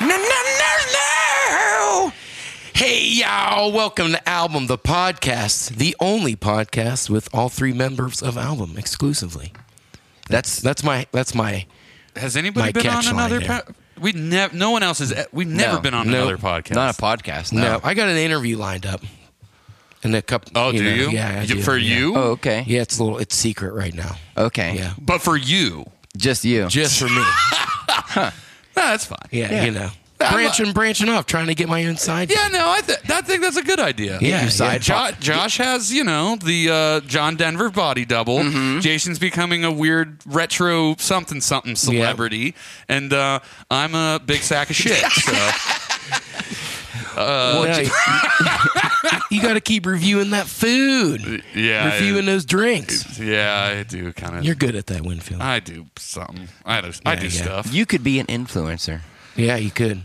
No, no, no, no! Hey, y'all, welcome to Album, the podcast, the only podcast with all three members of Album exclusively. That's that's my that's my Has anybody My been on catch line another? there. Po- we never. No one else has. e, We've never No. been on No. another podcast. Not a podcast. no. No. I got an interview lined up, and a couple. oh, do know, you? Yeah, I Y- do, for yeah. you. Oh, okay. Yeah, it's a little it's secret right now. Okay. Yeah, But for you, Just you. just for me. no, that's fine. Yeah, you know, I'm a- branching branching off, trying to get my own side. Yeah, no, I, th- I think that's a good idea. Yeah, Your side Jo- pop- Josh has, you know, the uh, John Denver body double. Mm-hmm. Jason's becoming a weird retro something something celebrity, and uh, I'm a big sack of shit. So. Well, Uh, you got to keep reviewing that food, Yeah, reviewing I, those drinks. yeah, I do kind of. You're good at that, Winfield. I do something. I do, I Yeah, do yeah. stuff. You could be an influencer. yeah, you could.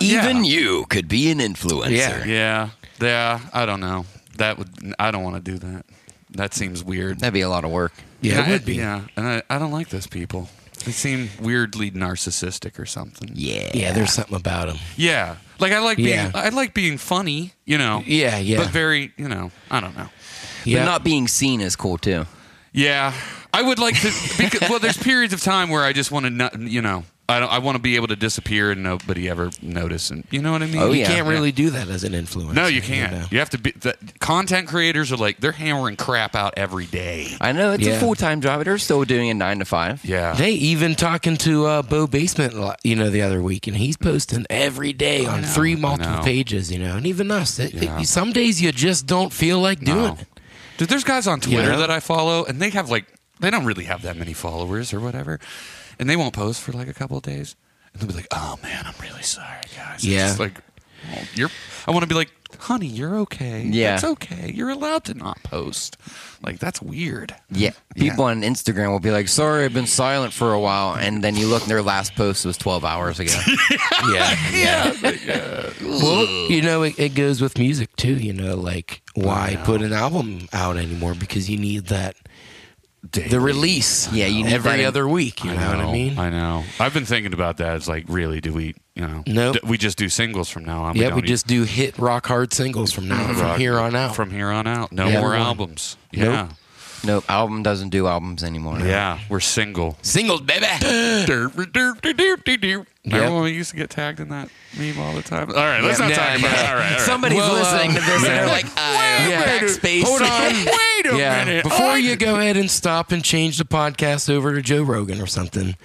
Even you could be an influencer. yeah, yeah. I don't know. That would. I don't want to do that. That seems weird. That'd be a lot of work. Yeah, And it I- would be. Yeah, Yeah, and I, I don't like those people. They seem weirdly narcissistic or something. Yeah. there's something about him. Yeah. Like I like being Yeah. I like being funny, you know. Yeah, yeah. But very, you know, I don't know. But Yeah, not being seen is cool too. Yeah. I would like to because, well there's periods of time where I just want to not, you know, I don't I want to be able to disappear and nobody ever notice and you know what I mean? Oh, you yeah. can't really do that as an influencer. No, you know. can't. You have to be the content creators are like they're hammering crap out every day. I know it's Yeah. a full time job. but They're still doing a nine to five. Yeah. They even talking to uh, Bo Basement, li- you know, the other week, and he's posting every day on know, three I multiple know. pages, you know, and even us. It- it- Yeah. some days you just don't feel like doing No. it. Dude, there's guys on Twitter Yeah. that I follow, and they have like they don't really have that many followers or whatever, and they won't post for like a couple of days, and they'll be like, "Oh man, I'm really sorry, guys." It's Yeah. just like oh, you're. I want to be like, "Honey, you're okay. Yeah. it's okay. You're allowed to not post. Like that's weird." Yeah. People on Instagram will be like, sorry, I've been silent for a while. And then you look and their last post was 12 hours ago. yeah. Well, you know, it, it goes with music too. You know, like why put an album out anymore? Because you need that the release. Yeah, you need every that- other week. You know, what I mean? I know. I've been thinking about that. It's like, really, do we? You know, Nope. d- we just do singles from now on. yeah, we don't just do hit rock hard singles from now even- from here on out. From here on out, no Yeah. more Everyone. albums. Nope. Yeah. nope. Album doesn't do albums anymore. Yeah, we're single. singles, baby. Derp, derp, derp, derp, derp, derp. Yep. Remember when we used to get tagged in that meme all the time? All right, let's Yeah, not no, talk no. about it. All right, all right. Somebody's listening to this and they're like, uh, minute. backspace. Hold on. Wait a yeah. minute. Before I- you go ahead and stop and change the podcast over to Joe Rogan or something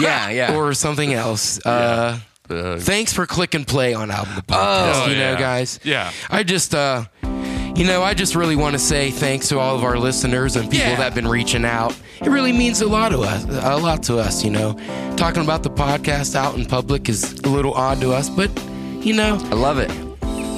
yeah, yeah. or something else. Uh, Uh, Thanks for click and play on album the podcast. Oh, you know, yeah. guys. Yeah. I just, uh, you know, I just really want to say thanks to all of our listeners and people Yeah. that have been reaching out. It really means a lot to us. A lot to us, you know. Talking about the podcast out in public is a little odd to us, but you know, I love it.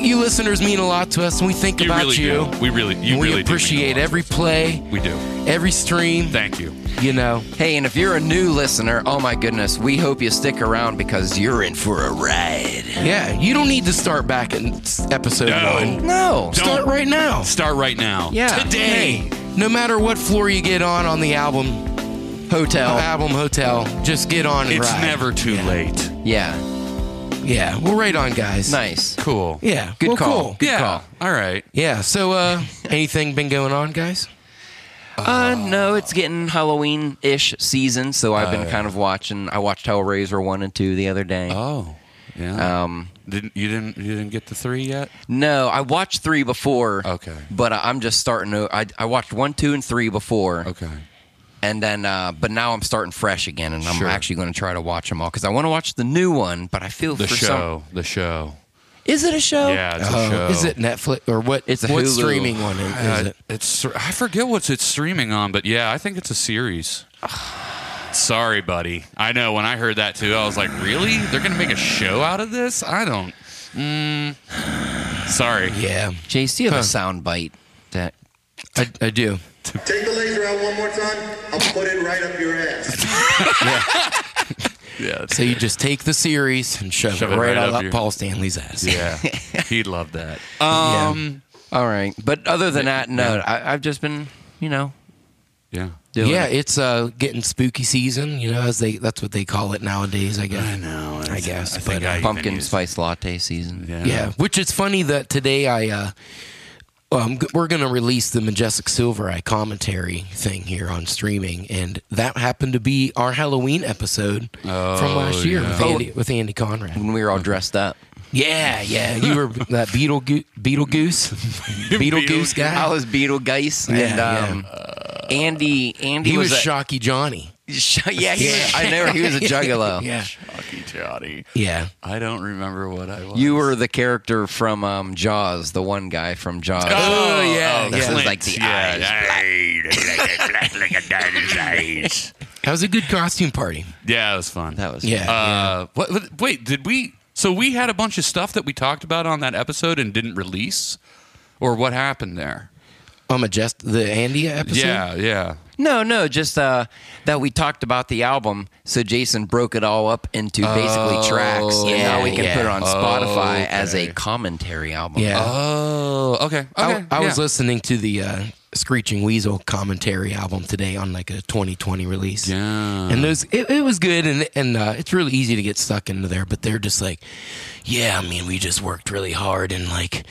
you listeners mean a lot to us, and we think you about really you. do. We really, you and we really do mean a appreciate lot. every play, We do. every stream. Thank you. you know, Hey, and if you're a new listener, oh my goodness, we hope you stick around because you're in for a ride. yeah. You don't need to start back in s- episode No. one. No. Don't. Start right now. Start right now. Yeah. Today. Hey, no matter what floor you get on on the album, Hotel. album hotel, just get on and It's ride. never too late. Yeah. Yeah, well, right on, guys. Nice. Cool. Yeah, Good well, call. cool. Good yeah. call. All right. Yeah. So, uh, anything been going on, guys? Uh, no, it's getting Halloween ish season, so I've been kind of watching. I watched Hellraiser 1 and 2 the other day. Oh. Yeah. Um, didn't you didn't you didn't get the three yet? no, I watched 3 before. Okay. But I- I'm just starting to. I, I watched 1, 2, and 3 before. Okay. And then, uh, but now I'm starting fresh again, and I'm Sure. actually going to try to watch them all because I want to watch the new one, but I feel The for some. show. the show. Is it a show? Yeah. It's a Oh, show. Is it Netflix or what? It's a what Hulu. streaming one is, Uh, is it? It's I forget what's it's streaming on, but yeah, I think it's a series. Sorry, buddy. I know when I heard that too, I was like, really? They're gonna make a show out of this? I don't. Mm, sorry. Yeah, JC have a sound bite that I, I do. Take the laser out one more time. I'll put it right up your ass. Yeah. So you just take the series and shove, Shove it it right, right out up up, your- Paul Stanley's ass. yeah. He'd love that. Yeah. Um. all right. But other than that, no, I, I've just been, you know, Yeah. doing yeah, it. it's uh, getting spooky season. You know, as they that's what they call it nowadays. I guess. I know, I guess. I but, think uh, I- even pumpkin used- spice latte season. Yeah. yeah, which is funny that today I. Uh, um, g- we're going to release the Majestic Silver Eye commentary thing here on streaming, and that happened to be our Halloween episode from last year with, Andy, with Andy Conrad. When we were all dressed up. Yeah, yeah, you were that Beetle Goo- Beetle Goose Beetle Goose guy. I was Beetlegeist and yeah. um, Andy. Andy he was, a, Shocky Johnny. yeah, he was, I know he was a juggalo. Yeah, Chucky Johnny. yeah. I don't remember what I was. You were the character from um, Jaws, the one guy from Jaws. Oh, yeah, this yeah. is like the eyes. eyes. That was a good costume party. yeah, it was fun. That was Yeah. Uh, what, what- wait, did we? So we had a bunch of stuff that we talked about on that episode and didn't release, or what happened there? On Majest the Andy episode. Yeah, yeah. No, no, just uh, that we talked about the album. So Jason broke it all up into basically tracks, and now we can Oh, yeah. put it on Spotify as a commentary album. Yeah. Oh, okay. I, okay I was yeah. listening to the uh, Screeching Weasel commentary album today on like a 2020 release. Yeah. And those, it, it was good, and and uh, it's really easy to get stuck into there. But they're just like, yeah, I mean, we just worked really hard, and like,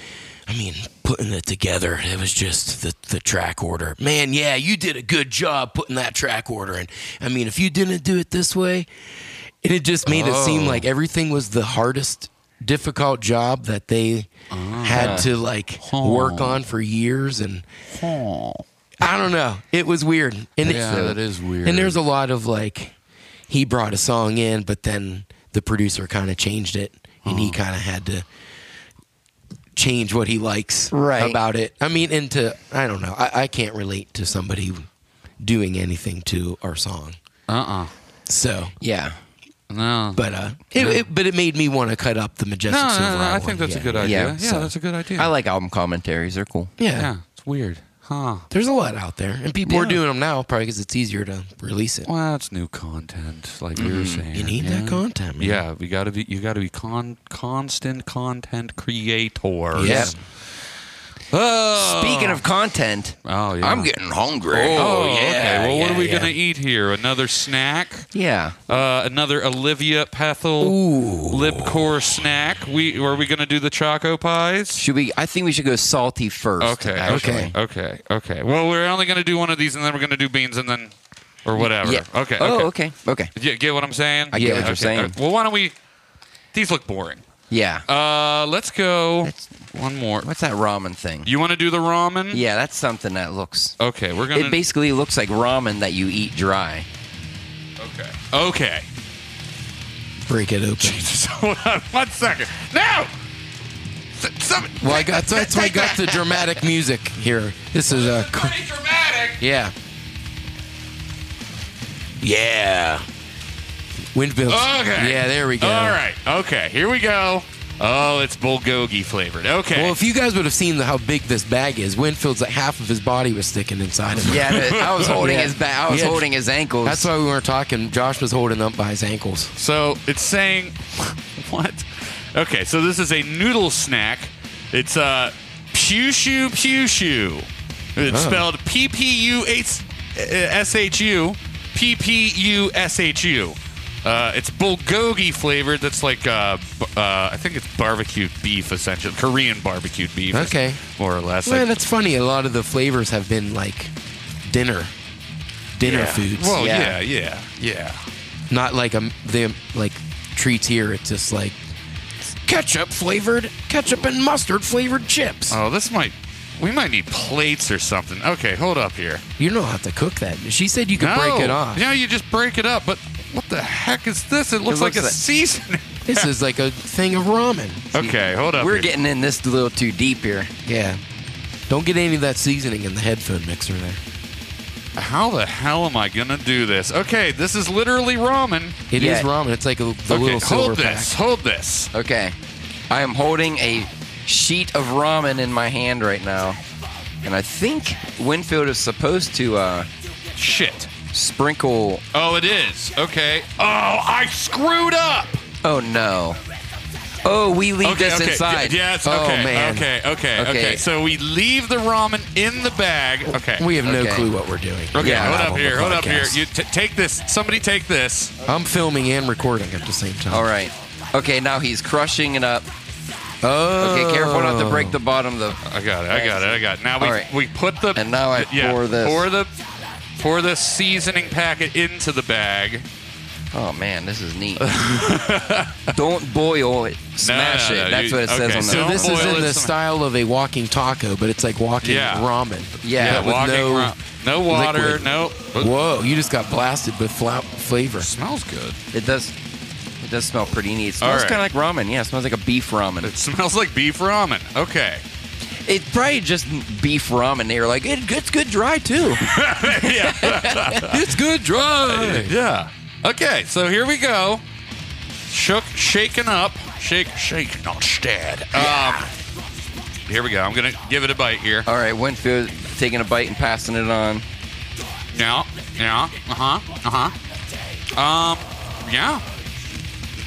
I mean, putting it together, it was just the the track order. Man, yeah, you did a good job putting that track order, and I mean, if you didn't do it this way, and it just made it seem like everything was the hardest difficult job that they had to like work on for years and I don't know. It was weird. And it- Yeah, that is weird. And there's a lot of like he brought a song in but then the producer kind of changed it and Oh. he kind of had to change what he likes Right. about it. I mean into I don't know. I, I can't relate to somebody doing anything to our song. Uh So Yeah. uh No. but uh, it, it, but it made me want to cut up the majestic no, no, silver. no, no, Eye I one, think that's yeah. a good idea. Yeah, Yeah, so- that's a good idea. I like album commentaries; they're cool. Yeah. Yeah, it's weird, huh? there's a lot out there, and people are Yeah. doing them now probably because it's easier to release it. Well, it's new content, like you were saying. you need yeah. that content, man. Yeah, we gotta be. You gotta be con constant content creators. Yeah. Oh. Speaking of content, Oh yeah. I'm getting hungry. Oh, okay. Well, what yeah, are we yeah. gonna eat here? Another snack? Yeah. Uh, another Olivia Pethel Libcore snack? We are we gonna do the Choco Pies? Should we? I think we should go salty first. Okay. actually. Okay. Okay. Okay. Well, we're only gonna do one of these, and then we're gonna do beans, and then or whatever. Yeah. Okay. Oh, okay. Okay. You get what I'm saying? I get what you're saying. alright. Well, why don't we? These look boring. Yeah. Uh, let's go. That's- one more. What's that ramen thing? You want to do the ramen? Yeah, that's something that looks. Okay, we're gonna. It basically looks like ramen that you eat dry. okay. Okay. break it open. Hold on one second. No. S- Some Well, I got that's why I got the dramatic music here. This is a uh, pretty dramatic. yeah, yeah. Windmills. Okay. Yeah, there we go. All right. Okay. Here we go. Oh, it's bulgogi flavored. Okay. Well, if you guys would have seen the, how big this bag is, Winfield's like half of his body was sticking inside of it. Yeah, that- I was holding Yeah. his back. I was Yeah. holding his ankles. That's why we weren't talking. Josh was holding up by his ankles. so it's saying what? Okay. So this is a noodle snack. It's uh, pew shoo pew shoo. It's Oh. spelled P P U H S H U P P U S H U. Uh, it's bulgogi flavored. That's like uh, b- uh, I think it's barbecued beef, essentially Korean barbecued beef. is Okay. more or less. Well, Like- that's funny. A lot of the flavors have been like dinner, dinner foods. Well, Yeah. yeah, yeah, yeah. not like um the like treats here. It's just like ketchup flavored, ketchup and mustard flavored chips. Oh, this might. We might need plates or something. Okay, hold up here. you don't have to cook that. She said you could No. break it off. Yeah, you just break it up. But what the heck is this? It looks, looks like a like- seasoning. This is like a thing of ramen. okay, hold up. We're here. getting in this a little too deep here. Yeah. Don't get any of that seasoning in the headphone mixer there. How the hell am I gonna do this? Okay, this is literally ramen. It is Yeah. ramen. It's like a, the okay, little silver hold this. pack. Hold this. Okay, I am holding a sheet of ramen in my hand right now, and I think Winfield is supposed to uh, Shit. sprinkle. Oh, it is. Okay. Oh, I screwed up. Oh no! Oh, we leave Okay, this okay. inside. Y- yes, Oh, okay, man. okay, okay, okay, Okay. So we leave the ramen in the bag. Okay. We have no Okay. clue what we're doing. okay, yeah, hold I'm up on the here, hold up here. podcast. You t- take this. Somebody take this. I'm filming and recording at the same time. Oh, All right. Okay, now he's crushing it up. Oh. Okay, careful not to Oh. break the bottom of the. I got it. I got it. I got it. Now we All right. we put the And now I yeah, pour this. pour the pour the seasoning packet into the bag. Oh man, this is neat. Don't boil it. Smash no, no, it. That's you- what it says okay, on the. so So Oh. this is Boil in it the some- style of a walking taco, but it's like walking Yeah. ramen. Yeah, but with walking no. around. no water. liquid. No. Whoa, you just got blasted with flout flavor. smells good. it does. It does smell pretty neat. It smells All kind right. of like ramen. Yeah, it smells like a beef ramen. It smells like beef ramen. Okay. It's probably just beef ramen. They were like, it, it's good dry too. yeah. It's good dry. yeah. Okay. So here we go. Shook, shaken up, shake, shake, not stirred. Um, here we go. I'm gonna give it a bite here. All right, Winfield taking a bite and passing it on. Yeah. Yeah. Uh huh. Uh huh. Um. Yeah.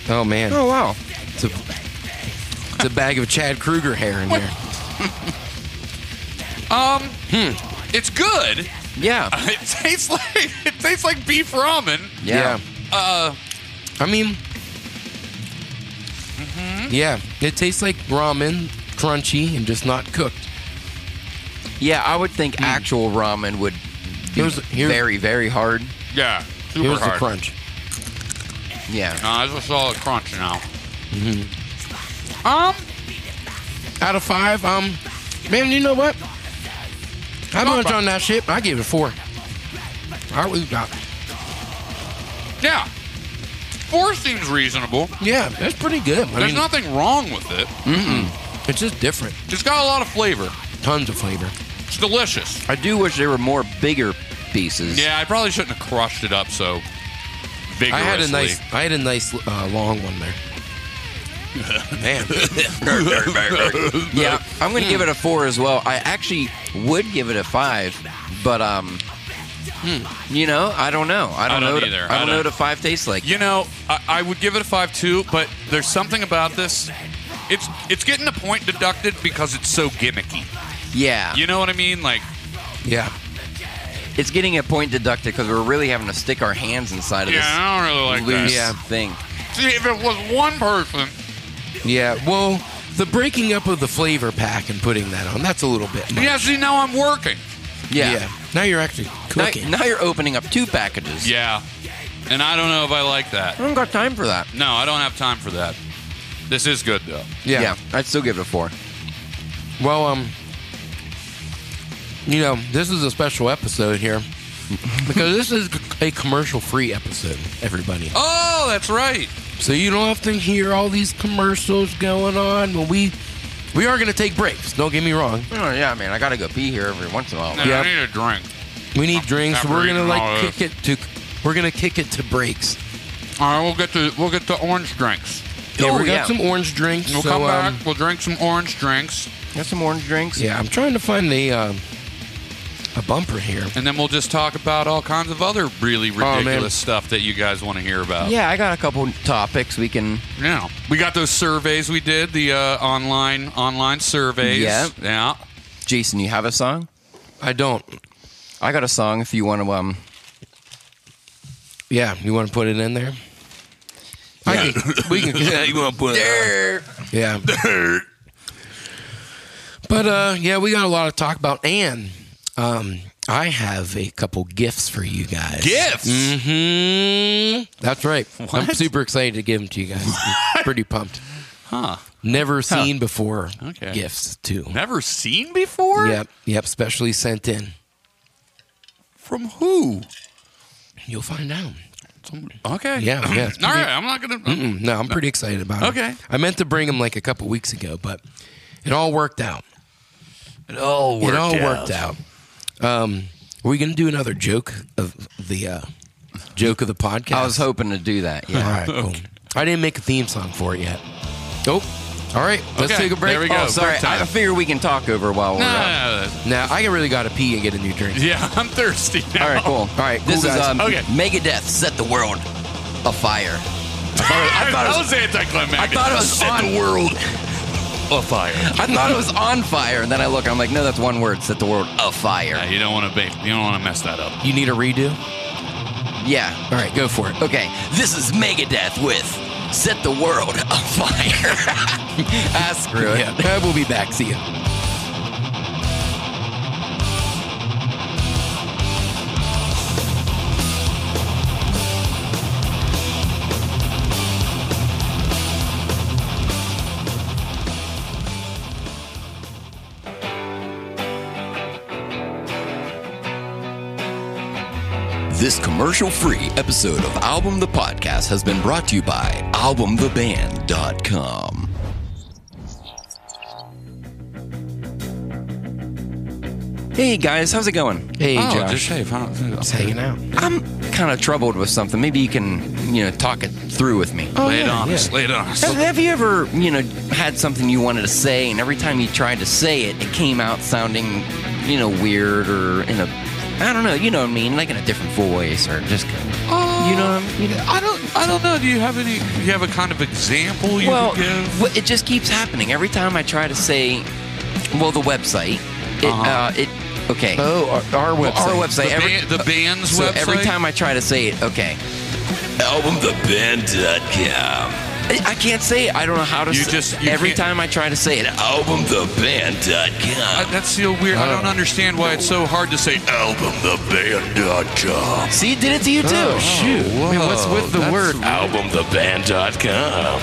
Oh man, Oh wow. it's, a, it's a bag of Chad Kruger hair in there. It's good. Yeah. It tastes like it tastes like beef ramen. Yeah. Uh, I mean, yeah, it tastes like ramen, crunchy and just not cooked. Yeah, I would think actual ramen would be Here's- here- very very hard. yeah. Super Here's hard. the crunch. Yeah. No, I just saw a crunch now. Out of five, um, man, you know what? I'm Not much bad. on that shit. I give it four. I was, uh, I, Yeah. Four seems reasonable. yeah, that's pretty good. I There's mean, nothing wrong with it. it's just different. It's got a lot of flavor. Tons of flavor. It's delicious. I do wish there were more bigger pieces. Yeah, I probably shouldn't have crushed it up so vigorously. I had a nice, I had a nice uh, long one there. Man, Yeah, I'm Hmm. gonna give it a four as well. I actually would give it a five, but um, you know, I don't know. I don't, don't know. what- either. I Hmm. I don't know don't- what a five tastes like. You know, I, I would give it a five too, but there's something about this. It's it's getting a point deducted because it's so gimmicky. Yeah, You know what I mean? Like, yeah. it's getting a point deducted because we're really having to stick our hands inside of yeah, I don't really this like loose that. Yeah. thing. See, if it was one person, Yeah, well, the breaking up of the flavor pack and putting that on, that's a little bit. much. yeah. See, now I'm working. Yeah. Now you're actually Now, cooking. now you're opening up two packages. Yeah, and I don't know if I like I that. don't got time for that. No, I don't have time for that. This is good though. yeah. I'd still give it a four. Well, um, you know, this is a special episode here because this is a commercial-free episode, everybody. Oh, that's right. So you don't have to hear all these commercials going on. When we we are going to take breaks. Don't get me wrong. Oh yeah, man, I gotta go pee here every once in a while. Man, Yeah. I need a drink. We need drinks. Stop We're going to reading all like this. kick it to we're going to kick it to breaks. All right, we'll get to we'll get to orange drinks. Yeah, Oh, we got yeah. some orange drinks. We'll so, come um, back. We'll drink some orange drinks, Got some orange drinks. Yeah, I'm trying to find the um, a bumper here. and then we'll just talk about all kinds of other really Oh, man. ridiculous stuff that you guys want to hear about. Yeah, I got a couple topics we can. Yeah. We got those surveys we did, the uh, online online surveys. Yeah. Yeah. Jason, you have a song? I don't. I got a song if you want to. Um, Yeah, you want to put it in there? I can, we can. Yeah, you want to put Yeah. but uh, yeah, we got a lot to talk about, and um, I have a couple gifts for you guys. Gifts. hmm Mm-hmm. That's right. I'm super excited to give them to you guys. Pretty pumped. Huh. Never seen before. Okay. Gifts too. Never seen before? Yep. Yep. Specially sent in. From who? You'll find out. Okay. Yeah, yeah, it's All right. I'm not going to. Mm, No, I'm pretty excited about it. Okay. I meant to bring him like a couple weeks ago, but it all worked out. It all it all worked out. Um, are we going to do another joke of the uh, joke of the podcast? I was hoping to do that. All Yeah. right, cool. I didn't make a theme song for it yet. Nope. All right, let's Okay, take a break. there we go. Oh, sorry. break time. I figure we can talk over while we're. uh, out. Now I really got to pee and get a new drink. yeah, I'm thirsty now. All right, um, cool. All right, cool, this guys. is um, Okay. Megadeth set the world afire. thought, I thought it that was, was anticlimactic. I thought it was set on- the world afire. I thought it was on fire, and then I look, I'm like, no, that's one word. Set the world Yeah, afire. you don't want to you don't want to mess that up. you need a redo? Yeah. All right, go for it. Okay. This is Megadeth with "Set the World Afire." ah, screw it. Yeah, Uh, we'll be back. See you. This commercial free episode of Album the Podcast has been brought to you by AlbumTheBand.com. Hey guys, how's it going? Hey, oh, Josh. just shave. Huh? Just hanging out. I'm kind of troubled with something. Maybe you can, you know, talk it through with me. Oh, lay it yeah, on us. yeah. Lay it on us. Have, have you ever, you know, had something you wanted to say, and every time you tried to say it, it came out sounding, you know, weird or in a, I don't know, you know what I mean, like in a different voice or just, you know what I mean? I don't. I don't know. Do you have any? Do you have a kind of example you well, could give? well, it just keeps happening. Every time I try to say, well, the website, it, uh Uh-huh. it, okay, Oh, our, our website. our website. The, every, ban- the band's So website. every time I try to say it, okay. AlbumTheBand.com. I I can't say it. I don't know how to You say just- you Every can't- time I try to say it, I, AlbumTheBand.com. Uh, that's so weird. I Oh. don't understand why it's so hard to say oh, albumtheband.com. See, it did it to you too. Oh, shoot. Man, what's with the That's- word? uh,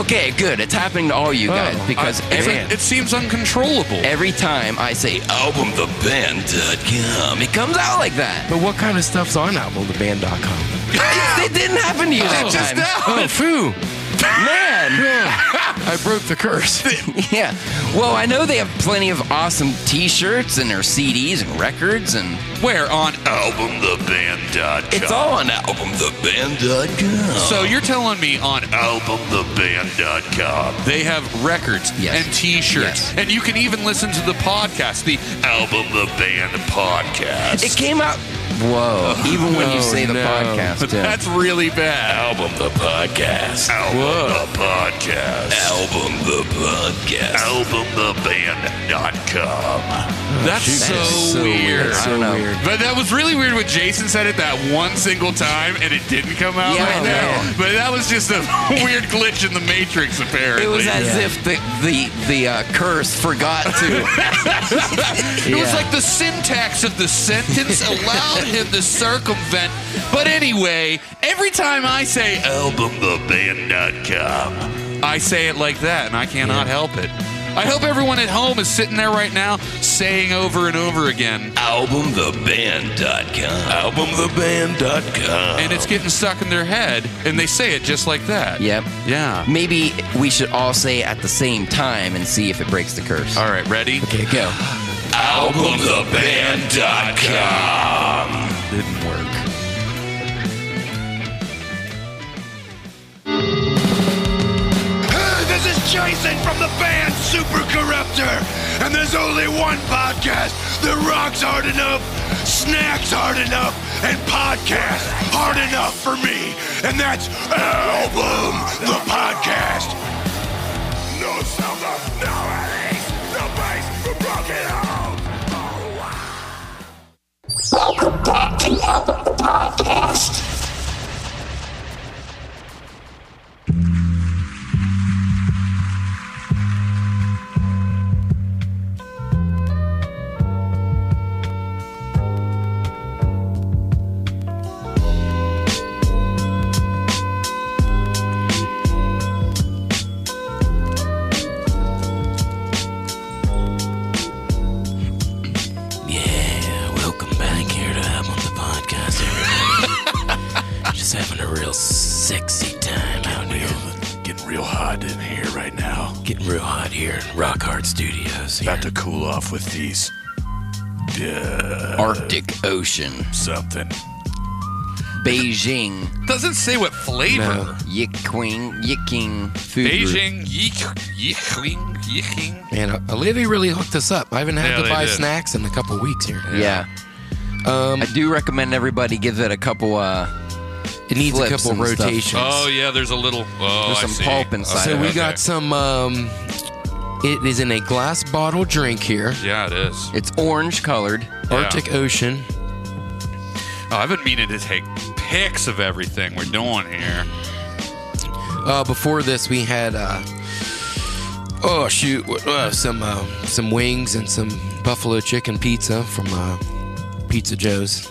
Okay, good. It's happening to all you guys Oh, because I- it's every, like- it seems uncontrollable. every time I say AlbumTheBand.com, it comes out like that. But what kind of stuff's on AlbumTheBand.com? it, it didn't happen to you that time. Oh, foo. Man. Yeah. I broke the curse. Yeah. Well, I know they have plenty of awesome T-shirts and their CDs and records and Where on it's albumtheband.com? all on AlbumTheBand.com. So you're telling me on albumtheband.com they have records Yes. and T-shirts, Yes. and you can even listen to the podcast, the Album the Band podcast. It came out. Whoa! Even when you say the no. podcast, But yeah. That's really bad. Album the podcast. Album the podcast. Album the podcast. Album the band.com. That's so, that is Oh, so weird. weird. I don't know. But that was really weird when Jason said it that one single time and it didn't come out Yeah, like I that. know. But that was just a weird glitch in the Matrix, apparently. it was as Yeah. if the the the uh, curse forgot to. It was Yeah. like the syntax of the sentence allowed him to circumvent. But anyway, every time I say Album the band.com. I say it like that, and I cannot help it. I hope everyone at home is sitting there right now saying over and over again, Album the band.com. Album the band.com. and it's getting stuck in their head, and they say it just like that. yep. Yeah. Maybe we should all say it at the same time and see if it breaks the curse. All right, ready? Okay, go. Album the band.com. Didn't work. This is Jason from the band Super Corruptor, and there's only one podcast that rocks hard enough, snacks hard enough, and podcasts hard enough for me, and that's Album the Podcast. No sound of no release, no bass, no broken home. Yeah, welcome back here to Album the Podcast, everybody. Just having a real sexy time out here. Getting real hot in here right now. Getting real hot here in Rock Hard Studios. Here. About to cool off with these. Uh, Yeah, Arctic Ocean, something. Beijing, Doesn't say what flavor. No. Yiqing, Yiqing, food group. Beijing, yik, yiking, yiking. Man, uh, Olivia really hooked us up. I haven't had Yeah, to they buy did. snacks in a couple weeks here. Yeah. Um, I do recommend everybody give it a couple uh It needs a flips couple and stuff. rotations. Oh yeah, there's a little. Oh, There's I some see. pulp inside So of we Okay. got some. Um, it is in a glass bottle drink here. Yeah, it is. It's orange colored. Yeah. Arctic Ocean. Oh, I've been meaning to take pics of everything we're doing here. Uh, before this, we had. Uh, oh shoot! what- Uh, some uh, some wings and some buffalo chicken pizza from uh, Pizza Joe's.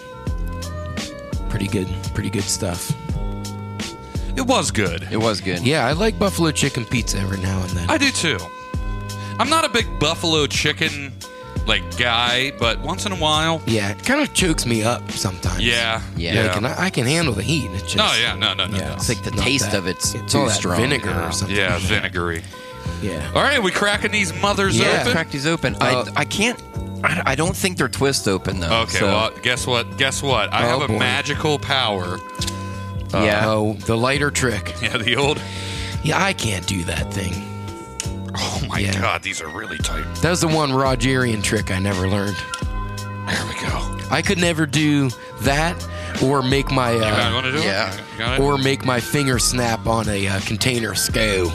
Pretty good. Pretty good stuff. It was good. It was good. Yeah, I like buffalo chicken pizza every now and then. I do too. I'm not a big buffalo chicken like guy, but once in a while, yeah, it kind of chokes me up sometimes. yeah, Yeah. Like, and I, I can handle the heat. It's just, No, yeah, no, no, no. Yeah, no. It's like the Not taste that. of it's It's too all that strong. vinegar Yeah. or something. Yeah, vinegary. Yeah. All right, we cracking these mothers Yeah. open. Cracked these open. Uh, I, I can't. I, I don't think they're twist open though. Okay, so, well, guess what? Guess what? I Oh, have a boy. magical power. uh, yeah. Oh, the lighter trick. Yeah, the old. Yeah, I can't do that thing. Oh my Yeah. god, these are really tight. That was the one Rogerian trick I never learned. There we go. I could never do that or make my You uh, want to do it? yeah. You Got it? or make my finger snap on a uh, container scale.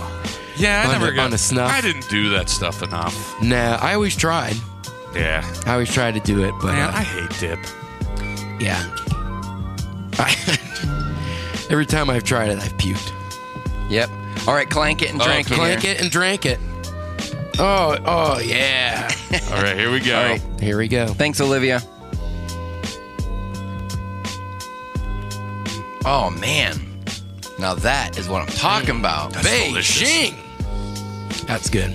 yeah, I on never a- got on a snuff. I didn't do that stuff enough. Nah, I always tried. Yeah. I always tried to do it, but Man, uh, I hate dip. yeah. I, every time I've tried it, I've puked. Yep. All right, clank it and Oh, drink it. Clank here. it and drank it. Oh, oh yeah. All right, here we go. All right. Here we go. Thanks, Olivia. Oh man. Now that is what I'm talking about. delicious. Beijing. That's good.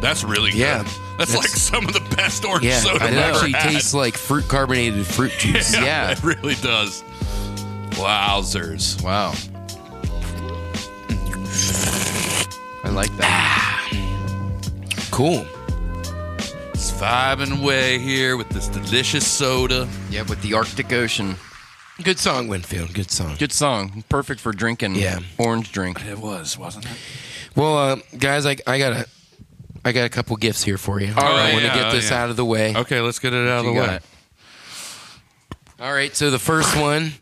That's really good. Yeah. That's, That's- like some of the best orange Yeah, soda it I've ever actually had. tastes like fruit carbonated fruit juice. yeah. It really does. Wowzers. Wow. I like that. Cool. It's vibing away here with this delicious soda. Yeah, with the Arctic Ocean. Good song, Winfield. Good song. Good song. Perfect for drinking Yeah. orange drink. It was, wasn't it? Well, uh, guys, I, I got a, I got a couple gifts here for you. right, I want yeah, to get this yeah. out of the way. Okay, let's get it out of the You got way. it. All right. So the first one,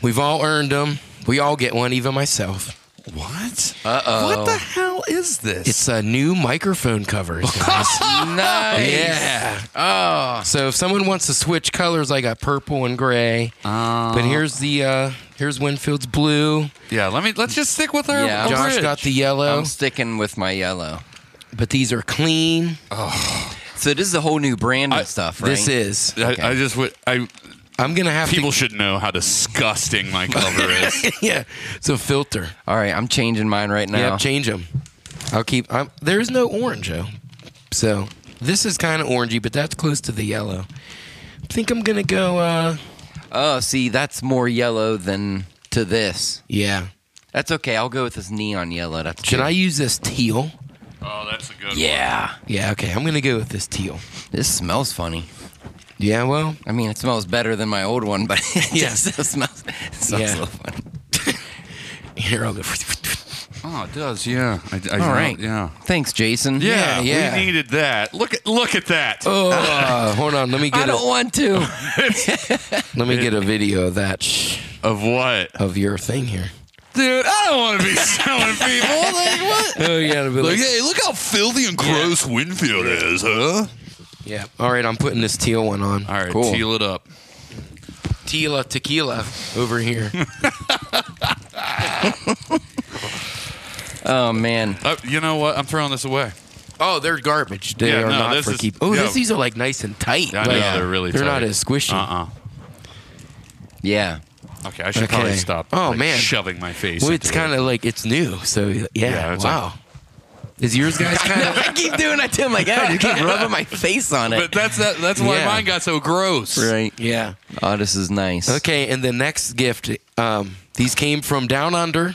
we've all earned them. We all get one, even myself. What? Uh-oh. What the hell is this? It's a new microphone cover. guys. Nice. yeah. Oh. So if someone wants to switch colors, I got purple and gray. Oh. but here's the uh, here's Winfield's blue. yeah, let me let's just stick with our Yeah. our Josh bridge. got the yellow. I'm sticking with my yellow. but these are clean. So this is a whole new brand and stuff, right? This is. I, I just would I I'm gonna have people should know how disgusting my cover is. to. yeah, it's a filter. All right, I'm changing mine right now. Yeah, change them. I'll keep. I'm, there's no orange though, so this is kind of orangey, but that's close to the yellow. I think I'm gonna go. uh oh, see, that's more yellow than to this. Yeah. That's okay. I'll go with this neon yellow. That's Should good. I use this teal? oh, that's a good Yeah. Yeah. Okay. I'm gonna go with this teal. This smells funny. Yeah. Well. I mean, it smells better than my old one, but it Yes. just still smells, it smells Yeah. a little funny. Here I'll go. Oh, it does. Yeah. I, I, All right. Yeah. Thanks, Jason. Yeah, Yeah, yeah, yeah. we needed that. Look at look at that. Oh, hold on. Let me I get. don't A, want to. let me get a video of that sh- Of what, of your thing here. dude? I don't want to be selling people. Like what? Oh yeah. it'll be like- Like, hey, look how filthy and gross Winfield is, huh? Yeah. All right. I'm putting this teal one on. All right, Cool. teal it up. Tequila, tequila over here. Oh man. Uh, you know what? I'm throwing this away. Oh, they're garbage. They Yeah, are no, not this for is- keep. Oh, yeah. this, these are like nice and tight. I know Like, they're really. They're tight. not as squishy. Uh Yeah. uh Okay, I should Okay. probably stop. Oh, like, man. shoving my face. Well, it's into it. kind of like it's new. So yeah, Yeah, it's wow. Is yours guys kind of? I keep doing that to my "Oh, God. You keep rubbing my face on But it. that's that, that's why Yeah. mine got so gross. right. Yeah. Oh, this is nice. Okay, and the next gift. Um, these came from down under,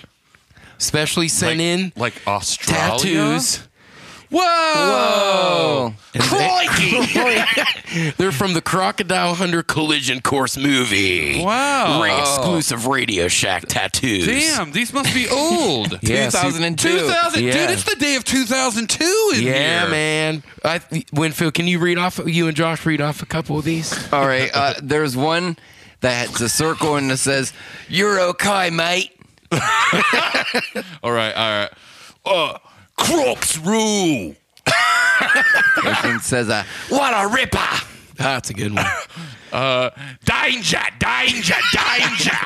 specially Like, sent in. like Australia. Tattoos. Whoa. Oh. And They, they're from the Crocodile Hunter Collision Course movie. Wow. Ra- Exclusive Radio Shack tattoos. Damn, these must be old. Yeah, see- 2002. 2000, dude, Yeah. it's the day of 2002 in Yeah, here. man. I, Winfield, can you read off? You and Josh read off a couple of these. All right. Uh, there's one that's a circle and it says, You're okay, mate. All right, all right. Uh, Crocs rule. And says, uh, What a ripper. That's a good one. Danger, danger, danger.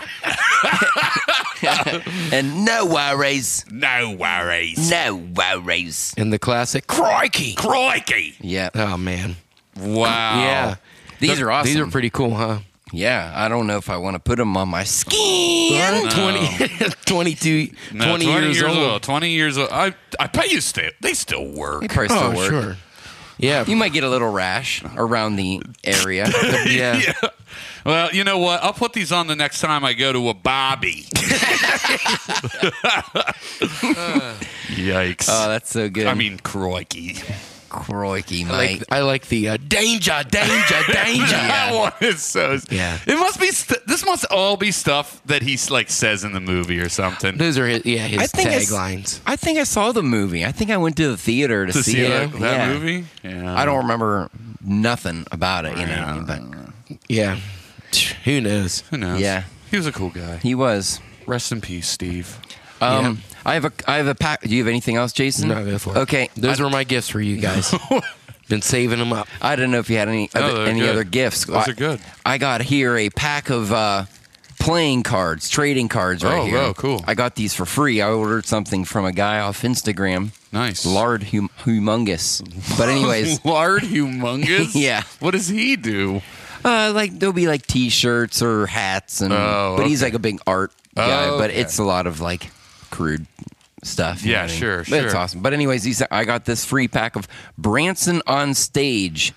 And no worries. no worries. No worries. And the classic crikey. Crikey. Yeah. Oh, Oh man. Wow. Yeah. These are awesome. These are pretty cool, huh? Yeah, I don't know if I want to put them on my skin. No. 20, 22, No, 20 years, old. 20 years old. I, I bet you still, they still work. They probably still Oh, work. sure. Yeah. You might get a little rash around the area. yeah. Well, you know what? I'll put these on the next time I go to a Bobby. Yikes. oh, that's so good. I mean, crikey. crikey, I mate. like, I like the uh, danger, danger, danger. That one is Oh, so. Yeah. It must be. St- this must all be stuff that he like says in the movie or something. Those are his, yeah, I his think it's- taglines. I think I saw the movie. I think I went to the theater to, to see, see it. that, that Yeah. movie. Yeah. I don't remember nothing about it, you know. But Yeah. Who knows? Who knows? Yeah. He was a cool guy. he was. Rest in peace, Steve. Um, I have a. I have a pack. Do you have anything else, Jason? No, go for it. Okay. Those were my gifts for you guys. Been saving them up. I don't know if you had any No, other, they're any good. other gifts. Those I, are good. I got here a pack of uh, playing cards, trading cards right Oh, here. wow, cool. I got these for free. I ordered something from a guy off Instagram. Nice. Lard hum- humongous. But anyways, Lard humongous. Yeah. What does he do? uh, like there'll be like t-shirts or hats and Oh, but he's like a big art guy, but okay. it's a lot of like crude stuff. you Yeah, know what I mean? sure, But It's sure. awesome. But anyways, these I got this free pack of Branson on stage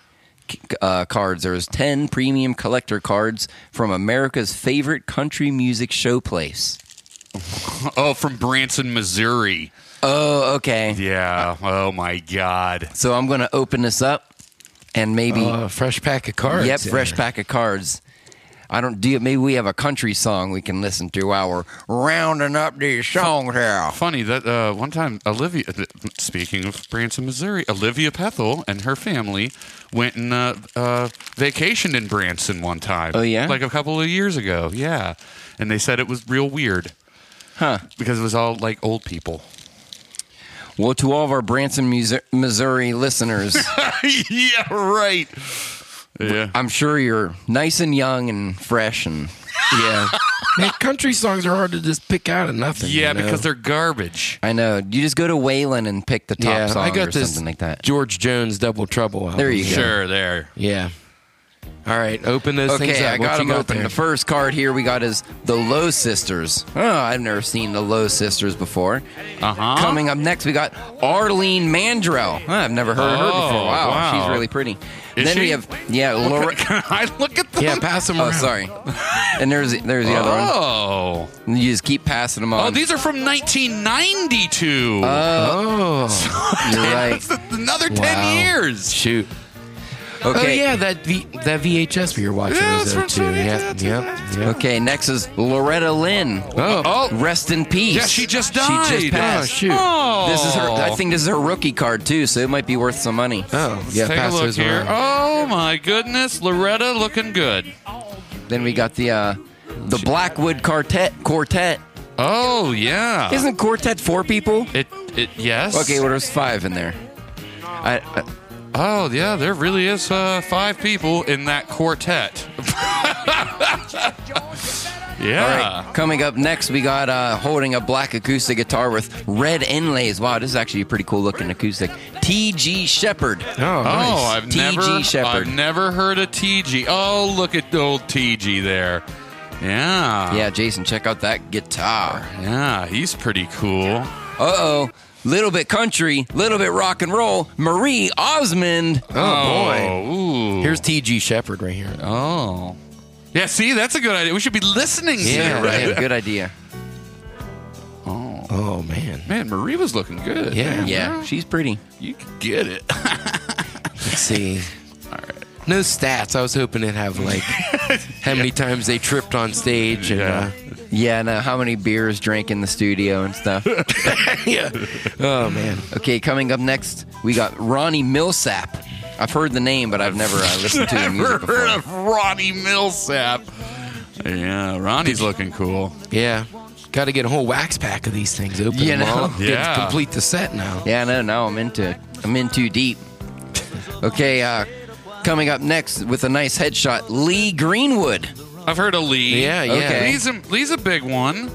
c- uh, cards. There's 10 premium collector cards from America's favorite country music showplace. Oh, from Branson, Missouri. Oh, okay. Yeah. Oh my God. So I'm going to open this up and maybe Oh, Uh, fresh pack of cards. Yep, in fresh there. pack of cards. I don't do. Maybe we have a country song we can listen to while we're rounding up these songs here. Funny that uh, one time Olivia. Speaking of Branson, Missouri, Olivia Pethel and her family went and uh, uh, vacationed in Branson one time. Oh, yeah? like a couple of years ago. Yeah, and they said it was real weird. Huh? Because it was all like old people. Well, to all of our Branson, Musi- Missouri listeners, yeah, right. Yeah. I'm sure you're nice and young and fresh and yeah. Man, country songs are hard to just pick out of nothing. Yeah, you know? because they're garbage. I know. You just go to Wayland and pick the top yeah. song I got or this something like that. George Jones Double Trouble. Album. There you go. Sure, there. Yeah. All right, open those things Okay, up. I What got you them open. there? The first card here we got is the Low Sisters. Oh, I've never seen the Low Sisters before. Uh huh. Coming up next, we got Arlene Mandrell. Huh, I've never heard of her Oh, before. Wow, wow. she's really pretty. Is then we she? have yeah, Laura. I look at the. yeah, pass them oh, around. sorry. And there's there's the other Oh. one. You just keep passing them on. Oh, these are from 1992. Oh, You're right. That's another 10 Uh, Wow. years. shoot. Oh Okay. yeah, that v- that VHS we were watching Yeah, was that's there from too. Yeah, 2010, yeah, yeah. Okay. Next is Loretta Lynn. Oh, Oh, Rest in peace. yeah, she just died. She just Oh, passed. shoot. Oh. This is her. uh, I think this is her rookie card too, so it might be worth some money. Oh, yeah, Take a pass look those here. around. Oh, my goodness. Loretta looking good. Then we got the uh, the Blackwood Quartet. Quartet. Oh, yeah. Isn't quartet four people? it, it, yes. Okay, well there's five in there. I, uh, I Oh, yeah, there really is uh, five people in that quartet. All yeah. right. Coming up next, we got uh, holding a black acoustic guitar with red inlays. Wow, this is actually a pretty cool looking acoustic. T.G. Shepard. Oh, nice. Oh, I've TG never Shepherd. I've never heard of TG. Oh, look at the old TG there. Yeah. Yeah, Jason, check out that guitar. Yeah, he's pretty cool. Uh oh. Little bit country, little bit rock and roll. Marie Osmond. oh, boy. ooh. Here's T.G. Shepard right here. Oh. Yeah, see, that's a good idea. We should be listening Yeah, to it. Right? yeah, good idea. Oh. Oh man. Man, Marie was looking good. Yeah. Yeah, she's pretty. You could get it. Let's see. No stats. I was hoping it'd have like how many times they tripped on stage and Yeah. uh, Yeah, now how many beers drank in the studio and stuff. oh man. Okay, coming up next, we got Ronnie Millsap. I've heard the name, but I've never uh, listened to the music Never before. heard of Ronnie Millsap. Yeah, Ronnie's looking cool. Yeah. Got to get a whole wax pack of these things. Open You them all know? up. Yeah. To complete the set now. Yeah, no, now I'm into it. I'm in too deep. Okay, uh, coming up next with a nice headshot, Lee Greenwood. I've heard of Lee. Yeah, yeah. Okay. Lee's a, Lee's a big one.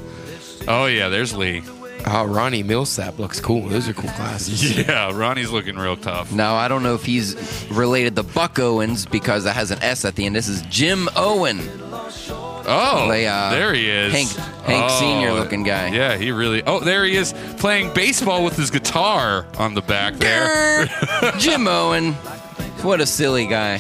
Oh yeah, there's Lee. Oh, Ronnie Millsap looks cool. Those are cool glasses. Yeah, Ronnie's looking real tough. Now I don't know if he's related to Buck Owens because it has an S at the end. This is Jim Owen. Oh, Play, uh, there he is. Hank- Hank Oh, Senior looking guy. Yeah, he really. Oh, there he is playing baseball with his guitar on the back there. Jim Owen. What a silly guy.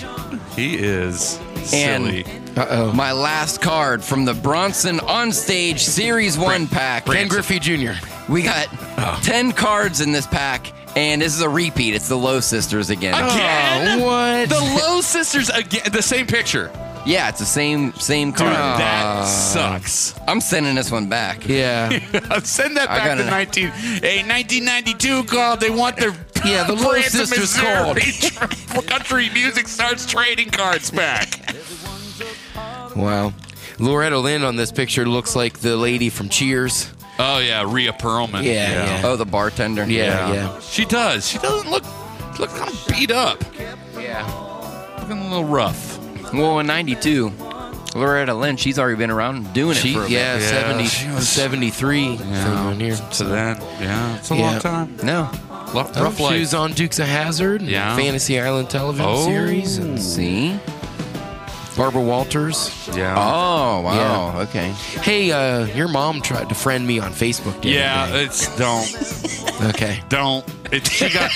He is And- silly. Uh oh. My last card from the Bronson Onstage Series 1 pack. Ken Griffey Jr. We got Oh. 10 cards in this pack, and this is a repeat. It's the Low Sisters again. Again? Oh, what? The Low Sisters again. The same picture. Yeah, it's the same same Dude, card. that sucks. I'm sending this one back. yeah. Send that I back got to an- 19. Hey, 1992 called. They want their Yeah, the Little brands of Sisters Missouri Country music starts trading cards back. Wow. Loretta Lynn on this picture looks like the lady from Cheers. Oh yeah, Rhea Perlman. Yeah, yeah. Oh, the bartender. Yeah, yeah. She does. She doesn't look look kind of beat up. Yeah. Looking a little rough. Well, in 92, Loretta Lynn, she's already been around doing it She, for a yeah, bit. 70, Yeah, she was- 73 thing on here. So then, yeah, it's a Yeah. long time. bit. No. Lo- Oh, rough she life. was on Dukes of Hazard, Yeah. Fantasy Island television Oh. series, and See? Barbara Walters. yeah. Oh, wow. Okay. Hey, uh, your mom tried to friend me on Facebook. the yeah, other day. it's don't okay. don't. It, she got.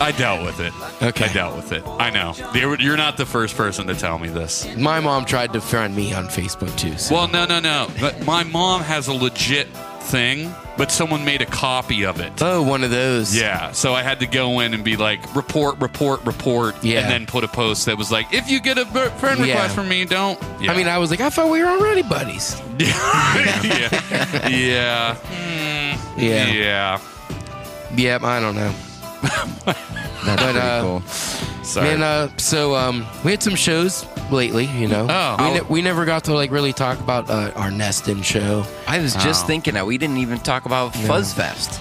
I dealt with it. Okay. I dealt with it. I know. They were- You're not the first person to tell me this. My mom tried to friend me on Facebook too. So. Well, no, no, no. But my mom has a legit thing, but someone made a copy of it. oh, one of those. Yeah, so I had to go in and be like, report, report, report, Yeah. and then put a post that was like, if you get a b- friend request Yeah. from me, don't. Yeah. I mean, I was like, I thought we were already buddies. yeah, yeah, Yeah. yeah. Yep, I don't know. That's pretty uh, cool. Sorry. And uh, so um, we had some shows lately, you know. Oh. we, ne- I'll- we never got to like really talk about uh, our Nestin show. I was just thinking that we didn't even talk about Fuzzfest.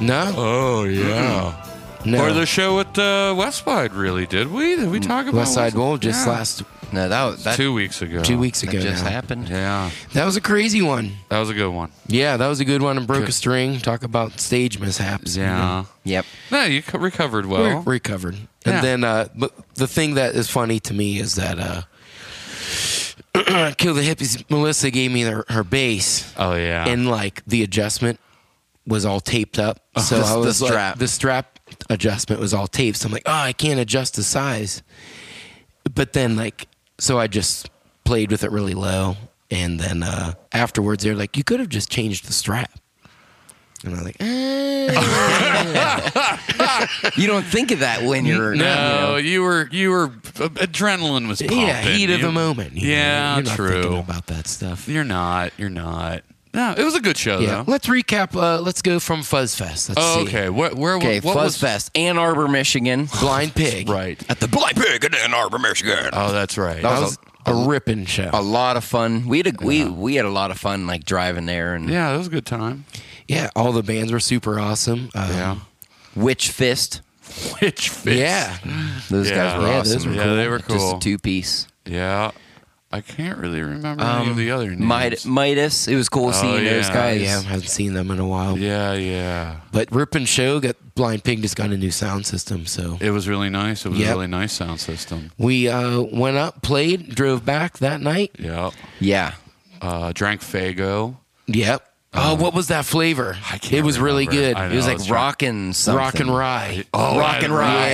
No, oh yeah. no. Or the show at uh, Westside, really? Did we? Did we talk about Mm, West Side Bowl just Yeah. last No, that was that, two weeks ago? two weeks that ago. just now. happened. Yeah, That was a crazy one. that was a good one. Yeah, that was a good one and broke a string. Talk about stage mishaps. Yeah. Yep. No, you co- recovered We well. recovered. Yeah. And then uh, but the thing that is funny to me is that uh, Kill the Hippies, Melissa gave me her, her bass oh yeah. and like the adjustment was all taped up. Uh-huh. So The- I the was like- strap. the strap adjustment was all taped. So I'm like, oh, I can't adjust the size. But then like, so I just played with it really low. And then uh, afterwards, they're like, you could have just changed the strap. And I'm like, eh. You don't think of that when you're. you No, know. you were you were uh, adrenaline was pumping. yeah, heat of You- the moment. you know, yeah, you're not true. thinking about that stuff. You're not. You're not. No, it was a good show Yeah. though. Let's recap. Uh, let's go from Fuzzfest. Let's Oh, see. okay. What, where? Okay, what was Fuzzfest, Ann Arbor, Michigan. Blind Pig. Right. At the Black Pig in Ann Arbor, Michigan. Oh, that's right. That was a, ripping show. A lot of fun. We had a, we we had a lot of fun like driving there and yeah, that was a good time. Yeah, all the bands were super awesome. Um, Yeah. Witch Fist. Which fits. Yeah. Those guys were Yeah, those awesome. were yeah, they were Just cool. a two piece. yeah. I can't really remember Um, any of the other names. Mid- Midas. It was cool seeing those yeah. guys. Oh, Yeah, I haven't seen them in a while. yeah, yeah. But Rip and Show got Blind Pig just got a new sound system. So It was really nice. It was Yep. a really nice sound system. we uh, went up, played, drove back that night. Yeah. Yeah. Uh, drank Fago. Yep. oh, what was that flavor? Um, I can't it was really remember. good. I it was know, like it's rock, Rockin' something. rock and rye. Oh, rock and Rye. Yeah.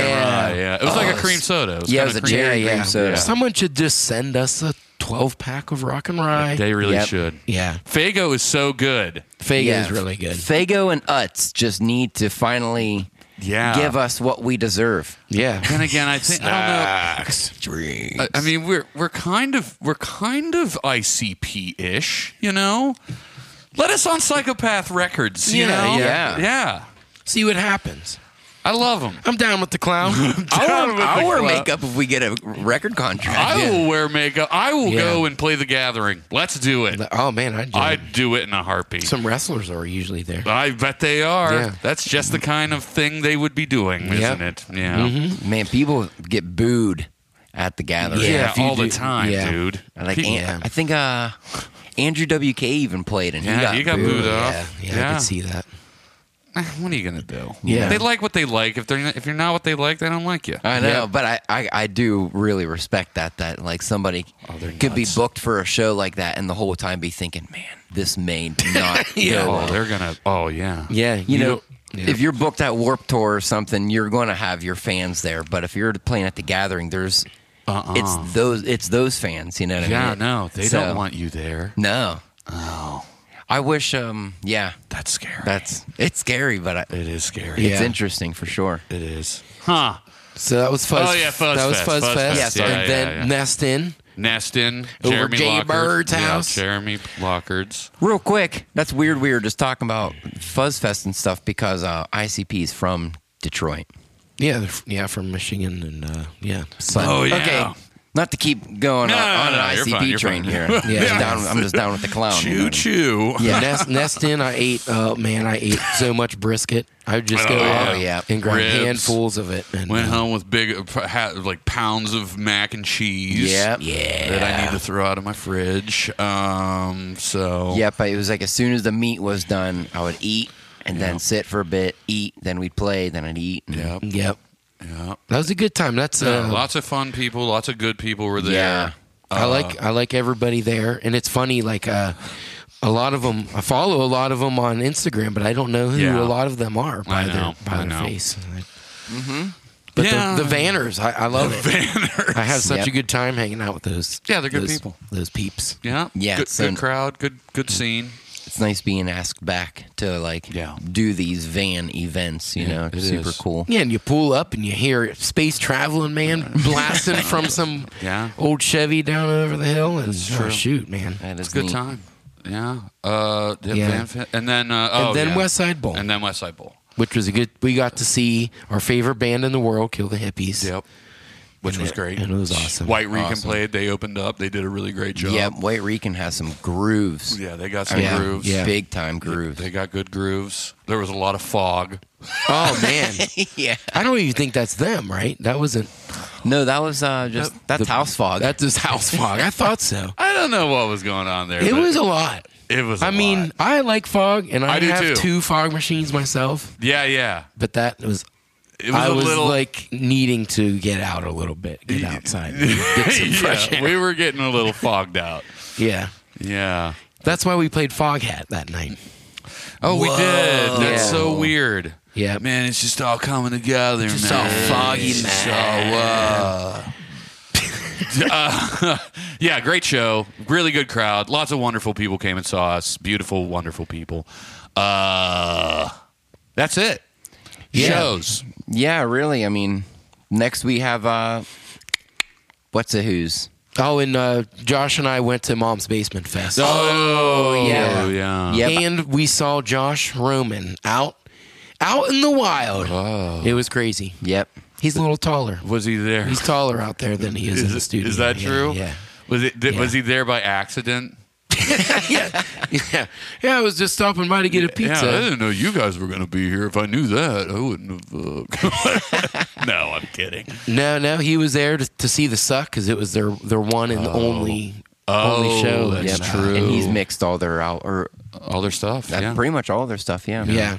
Yeah. yeah. It was like a cream soda. It was Yeah, kinda it was a cream- cherry yeah, cream yeah. soda. Someone should just send us a 12 pack of rock and rye. They really Yep. should. yeah. Fago is so good. Fega Yeah. is really good. Fago and Utz just need to finally Yeah. give us what we deserve. Yeah. Uh, And again, I think I Dream. don't know. I, I mean, we're we're kind of we're kind of ICP ish, you know. Let us on Psychopath Records, you Yeah, know. yeah. yeah. See what happens. I love them. I'm down with the clown. I'll, with wear- I'll the wear clown. makeup if we get a record contract. I Yeah. will wear makeup. I will Yeah. go and play the Gathering. Let's do it. oh man, I'd, do it. I'd do it in a heartbeat. some wrestlers are usually there. I bet they are. Yeah. That's just the kind of thing they would be doing, isn't it? Yeah. Mm-hmm. Man, people get booed at the gathering. Yeah, Yeah, if you all the do- time, yeah. dude. I Like, Pe- An- I think uh, Andrew WK even played, and he Yeah, got, he got booed. booed off. yeah, yeah, I Yeah. could see that. what are you gonna do? Yeah. They like what they like. If they're not, if you're not what they like, they don't like you. I know, Yep. but I, I, I do really respect that. That like somebody Oh, they're could be nuts. booked for a show like that, and the whole time be thinking, "Man, this may not go." Oh, well." they're gonna. Oh yeah. Yeah, You, know, don't- if you're booked at Warp Tour or something, you're going to have your fans there. But if you're playing at the Gathering, there's Uh-uh. it's those it's those fans. You know what I Yeah. mean? No, they So- don't want you there. No. Oh. I wish. Um. Yeah. That's scary. That's it's scary, but I, It is scary. it's Yeah. interesting for sure. It is. Huh. so that was Fuzz. Oh, yeah, Fuzz That was Fest, Fuzz, Fuzz Fest. Fest, and yeah, yeah, then yeah. Nest In. Nestin. Over Jeremy Jay Lockard. Bird's house. Yeah, Jeremy Lockard's. Real quick, that's weird. We were just talking about Fuzzfest and stuff because uh, ICP is from Detroit. Yeah, they're f- yeah, from Michigan and uh, yeah. Oh yeah. Okay, not to keep going No, on, no, on no, an you're ICP fine, you're train fine. here. Yeah. I'm, down, I'm just down with the clown. you know Choo what I mean? choo. Yeah, Yeah. nest, nest in. I ate. Oh man, I ate so much brisket. I would just go Oh, yeah. out Yeah. and grab Ribs. handfuls of it. And, Went uh, home with big, ha- like pounds of mac and cheese. Yep. That I need to throw out of my fridge. Um. So. Yep, it was like as soon as the meat was done, I would eat and then sit for a bit, eat, then we'd play, then I'd eat. and- Yep. Yep, Yep. that was a good time. That's uh, Yeah, lots of fun people. Lots of good people were there. Yeah. Uh, I like I like everybody there, and it's funny. Like uh, a lot of them, I follow a lot of them on Instagram, but I don't know who Yeah. a lot of them are by know, their by I their know. face. But Yeah. the, the Vanners, I, I love it. Vanners. I have such Yep. a good time hanging out with those. Yeah, they're good those- people. Those peeps. Yeah. Yeah, Good, so- good crowd. Good good scene. It's nice being asked back to like Yeah. do these van events, you know, it super is. cool. Yeah, and you pull up and you hear space traveling man blasting from some Yeah. old Chevy down over the hill, and oh, true. shoot, man. That is It's a good neat. time. Yeah. Uh. the Yeah. Van Fe- and then. Uh, oh, and then yeah. West Side Bowl, And then West Side Bowl. which was a good. We got to see our favorite band in the world, Kill the Hippies. Yep. Which was it- great. and it was awesome. White Regan Awesome. played. They opened up. They did a really great job. Yeah, White Rican has some grooves. Yeah. They got I some mean, grooves. yeah. Big time grooves. They got good grooves. There was a lot of fog. Oh man, yeah. I don't even think that's them, right? That wasn't. No, that was uh, just that's the- house fog. That's just house fog. I thought so. I don't know what was going on there. It but was a lot. It was. I I mean, I like fog, and I, I do have too. two fog machines myself. Yeah. Yeah. But that was. It was I a was little like needing to get out a little bit, get outside, get some Yeah, fresh air. We were getting a little fogged out. Yeah. Yeah. That's why we played Fog Hat that night. Oh, we did. That's Yeah. so weird. Yeah. Man, it's just all coming together, man. It's just all, uh, yeah, great show. Really good crowd. Lots of wonderful people came and saw us. Beautiful, wonderful people. Uh, that's it. Yeah. Shows. yeah, really. I mean, next we have uh, what's a who's? Oh, and uh, Josh and I went to Mom's Basement Fest. Oh, yeah. yeah. Yep. And we saw Josh Roman out out in the wild. It was crazy. Yep. He's a little taller. Was he there? He's taller out there than he is, in the it- studio. is that Yeah, true? Yeah. Was it? Did, Yeah. Was he there by accident? Yeah. Yeah, I was just stopping by to get a pizza. Yeah, I didn't know you guys were going to be here. If I knew that, I wouldn't have. Uh, no, I'm kidding. No, no, he was there to, to see the suck because it was their their one and only only Oh, show. that's and, uh, true. And he's mixed all their out or All their stuff. uh, Yeah. pretty much all their stuff. Yeah. Yeah.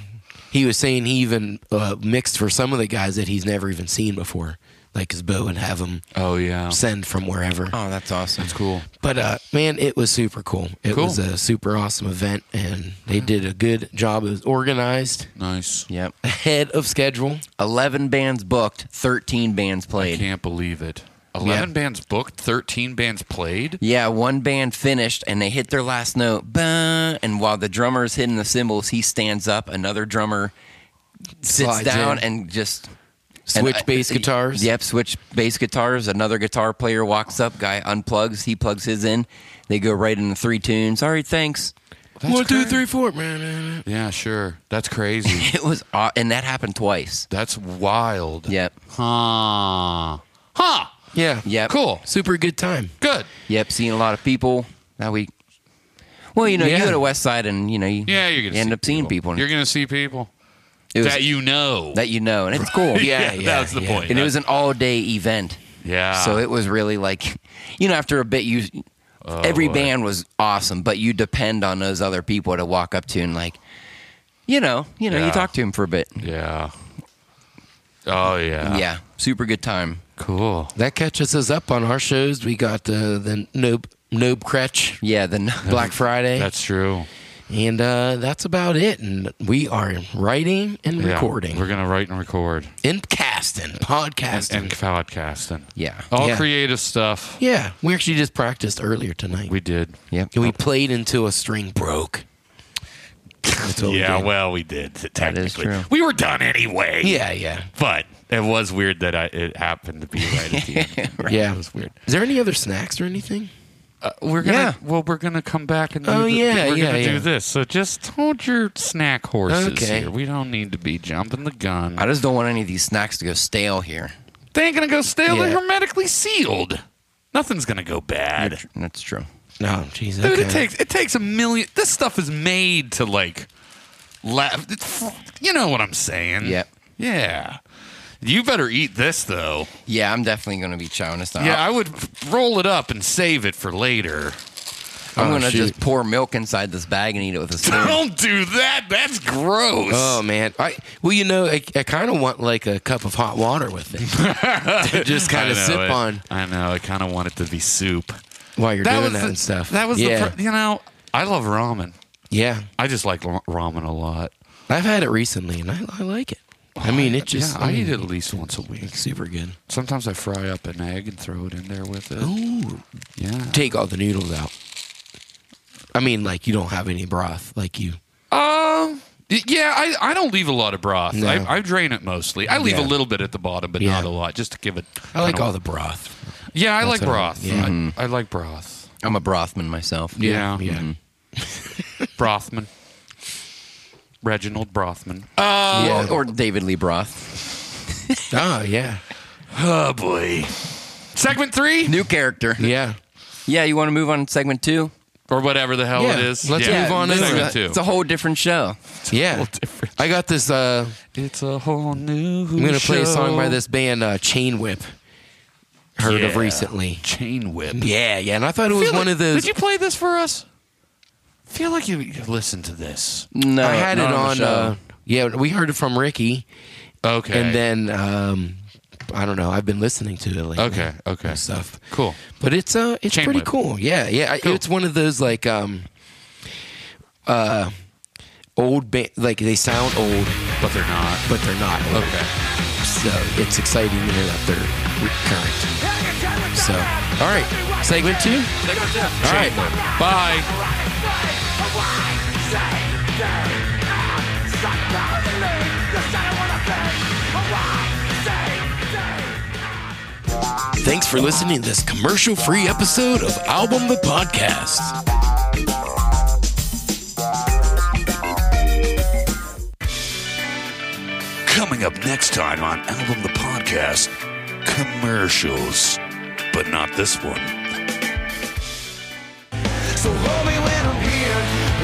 He was saying he even uh, mixed for some of the guys that he's never even seen before. Like his Bo would have him oh yeah. send from wherever. Oh, that's awesome. That's Cool. But uh, man, it was super cool. It Cool. was a super awesome event, and they did a good job. It was organized, Nice. Yep. ahead of schedule. Eleven bands booked, thirteen bands played. Can't believe it. Eleven Yeah. bands booked. Thirteen bands played. Yeah, one band finished and they hit their last note. Bah, and while the drummer is hitting the cymbals, he stands up. Another drummer sits Slides down in. and just. and Switch I- bass guitars. Yep, switch bass guitars. Another guitar player walks up, guy unplugs, he plugs his in. They go right into three tunes. All right, thanks. One, two, crazy. three, four, man. Yeah, sure. That's crazy. It was, aw- and that happened twice. That's wild. Yep. Huh. Huh. Yeah. Yep. Cool. Super good time. Good. Yep. Seeing a lot of people that week. Well, you know, you Yeah. go to West Side and you know you Yeah, you're gonna end see up seeing people. and You're gonna see people it was- that you know. that you know, and it's cool. Yeah, yeah, That's the yeah. point. And it was an all day event. yeah. So it was really like, you know, after a bit, you every Oh, boy. band was awesome, but you depend on those other people to walk up to and like, you know, you know, Yeah. you talk to him for a bit. yeah. Oh yeah. Yeah, super good time. Cool. That catches us up on our shows. We got uh, the Noob Noob Cretch Yeah, the Black Friday, That's true. and uh, that's about it. And we are writing and Yeah. recording We're gonna write and record and casting, podcasting. and podcasting. yeah, All Yeah. creative stuff. yeah, we actually just practiced earlier tonight. We did. yep. And we played until a string broke. That's what we Yeah, did. well, we did is technically. true. We were done anyway. yeah, yeah, but it was weird that I, it happened to be right at the end. yeah. It was weird. Is there any other snacks or anything? We're gonna Yeah. well, we're gonna come back and do Oh, the- yeah, we're yeah, gonna yeah. do this. So just hold your snack horses Okay. here. We don't need to be jumping the gun. I just don't want any of these snacks to go stale here. they ain't gonna go stale. They're Yeah. hermetically sealed. Nothing's gonna go bad. That's true. No, jeez. Dude, Okay. it takes it takes a million. This stuff is made to like, laugh. You know what I'm saying? Yep. Yeah. You better eat this though. Yeah, I'm definitely going to be chowing this down. Yeah, I would roll it up and save it for later. I'm Oh, going to shoot. just pour milk inside this bag and eat it with a spoon. Don't do that. That's gross. Oh man, I well you know I, I kind of want like a cup of hot water with it, to just kind of I know eh? sip it. on I know. I kind of want it to be soup. while you're doing that the, and stuff. That was yeah, the. Pr- you know, I love ramen. yeah. I just like la- ramen a lot. I've had it recently and I, I like it. I mean, it just yeah, I mean, eat it at least once a week. super good. Sometimes I fry up an egg and throw it in there with it. Ooh, Yeah. take all the noodles out. I mean, like you don't have any broth, like you. Um. y- Yeah, I, I don't leave a lot of broth. No. I, I drain it mostly. I leave Yeah. a little bit at the bottom, but Yeah. not a lot, just to give it. I like kinda- all the broth. Yeah, I like what I- broth. yeah. Mm-hmm. I, I like broth. I'm a brothman myself. Yeah. mm-hmm. yeah. Brothman. Reginald Brothman. Uh, yeah. Or David Lee Broth. Oh yeah, Oh boy. Segment three New character. yeah. Yeah, you want to move on to segment two? or whatever the hell Yeah, it is. let's move on this over. is segment a- two. It's a whole different show. Yeah. I got this. Uh, It's a whole new. I'm gonna play a song by this band, uh, Chain Whip. Heard of Yeah. recently. Chain Whip. Yeah, yeah. And I thought it was one of those. Did you play this for us? Feel like you you listened to this. No, I had it not on. the show. uh, yeah, we heard it from Ricky, Okay. and then um, I don't know. I've been listening to it lately. Okay, okay. and Stuff, cool. but it's uh, it's Chain pretty Whip. cool. Yeah, yeah. I- Cool. It's one of those like um, uh, old band. Like they sound old, But they're not. but they're not. Old. Okay. So it's exciting to hear that they're re- current. So, all right, segment two. All right, Bye. thanks for listening to this commercial-free episode of Album the Podcast. Coming up next time on Album the Podcast, commercials, but not this one. So hold me when I'm here,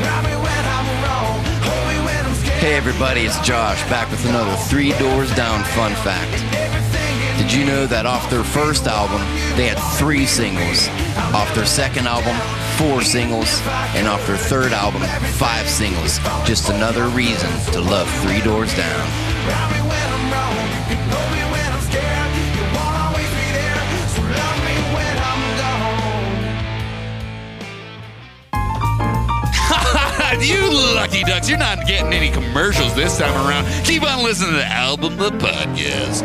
rob me when I'm wrong, hold me when I'm scared. Hey everybody, it's Josh back with another Three Doors Down fun fact. Did you know that off their first album, they had three singles? Off their second album, four singles, and off their third album, five singles. Just another reason to love Three Doors Down. Rob me when I'm wrong, you hold me when I'm scared. You won't always be there, so love me when I'm gone. you lucky ducks. You're not getting any commercials this time around. Keep on listening to the album, the podcast.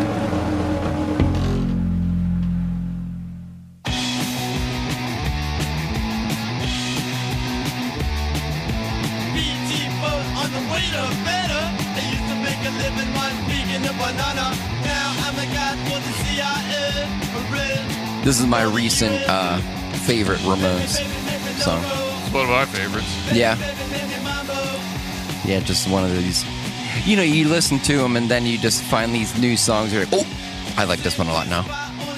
BT boat on the way to better. I used to make a living while speaking a banana. Now I'm a guy for the CIA. For real. This is my recent uh, favorite Ramones song. one of my favorites. Yeah, yeah, just one of these. You know, you listen to them and then you just find these new songs. You're like, oh, I like this one a lot now.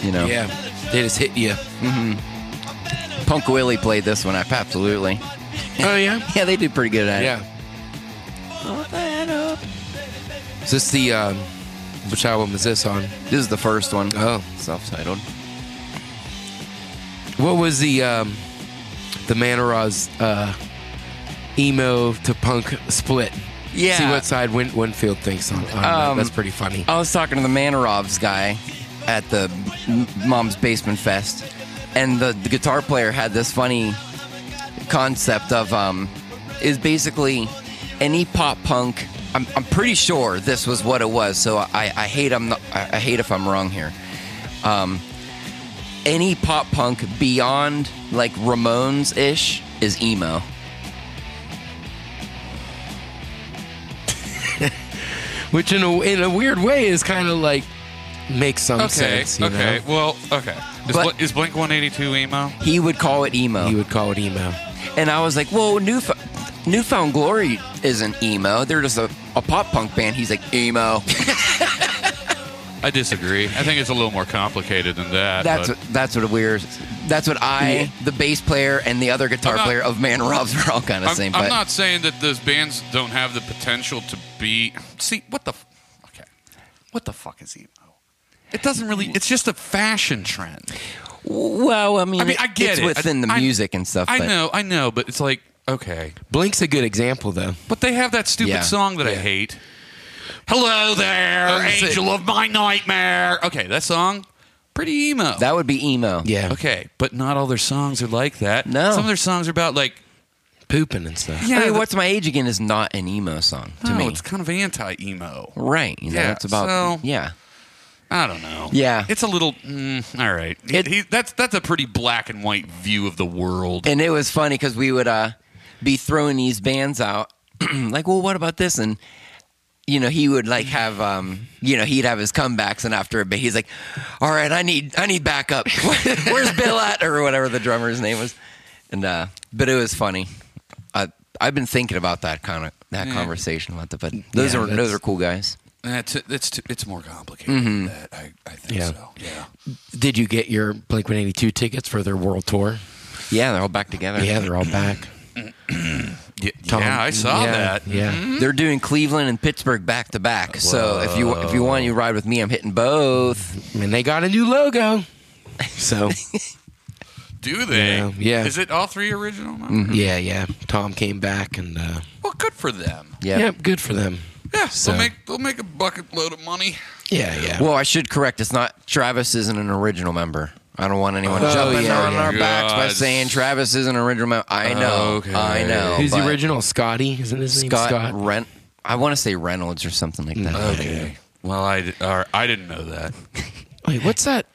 You know, Yeah, they just hit you. Punk Willie played this one up absolutely. Oh yeah, Yeah, they do pretty good at it. yeah. Is this the um, which album is this on? This is the first one. Oh. self-titled. What was the um, the Manora's uh, emo to punk split? Yeah. See what side Win- Winfield thinks on. on that. Um, That's pretty funny. uh, I was talking to the Manarovs guy at the M- Mom's Basement Fest, and the, the guitar player had this funny concept of um, is basically any pop punk. I'm, I'm pretty sure this was what it was, so I, I hate I'm not, I I hate if I'm wrong here. Um, any pop punk beyond like Ramones ish is emo. Which in a in a weird way is kind of like makes some Okay. sense. You okay. Well. Okay. Is, But- Bl- is Blink 182 emo? He would call it emo. know? He would call it emo. And I was like, well, Newf- Newfound Glory isn't emo. They're just a, a pop punk band. He's like, emo. I disagree. I think it's a little more complicated than that. That's but- what, that's what weird. That's what I, the bass player, and the other guitar I'm not- player of Man Robs were all kind of I'm, the same. I'm but not saying that those bands don't have the potential to be. See what the. f- Okay. What the fuck is emo? It doesn't really. It's just a fashion trend. well, I mean, I mean, I get it's it. within the I- music and stuff. I but know. I know. But it's like okay. Blink's a good example though. But they have that stupid Yeah. song that I Yeah. hate. Hello there, That's it. angel of my nightmare. Okay, that song, pretty emo. that would be emo. Yeah. okay, but not all their songs are like that. No. some of their songs are about like Pooping and stuff. yeah, I mean, the- what's my age again is not an emo song to no, me. it's kind of anti emo. right? You know, Yeah, it's about so- yeah. I don't know. Yeah. it's a little. Mm, all right, He- It- he- that's that's a pretty black and white view of the world. and it was funny because we would uh, be throwing these bands out, like, well, what about this? And you know, he would like have, um, you know, he'd have his comebacks, and after a bit, he's like, all right, I need, I need backup. Where's Bill at, or whatever the drummer's name was. And uh, but it was funny. I I've been thinking about that kind of that conversation about that, but those Yeah, are that's- those are cool guys. that's it's t- it's more complicated than that. I, I think Mm-hmm. Yeah. so. Yeah. Did you get your Blink 182 tickets for their world tour? Yeah, they're all back together. Yeah, they're all back. Yeah, Tom- I saw yeah, Uh, that. Yeah. They're doing Cleveland and Pittsburgh back to back. So if you if you want, you ride with me. I'm hitting both. And they got a new logo. So Do they? Yeah, yeah. Mm. Is it all three original? members? Mm-hmm. yeah, yeah. Tom came back and uh, Well, good for them. yeah. good for them. Yeah, So- they'll make they'll make a bucket load of money. Yeah, yeah. Well, I should correct. It's not Travis isn't an original member. I don't want anyone Oh, jumping yeah, on yeah. our backs by God. saying Travis isn't an original member. I know, Okay. I know. Who's the but original? Scotty, isn't his name Scott, Scott? Mm. Rent. I want to say Reynolds or something like that. Okay. Well, I, di- or, I didn't know that. Wait, what's that?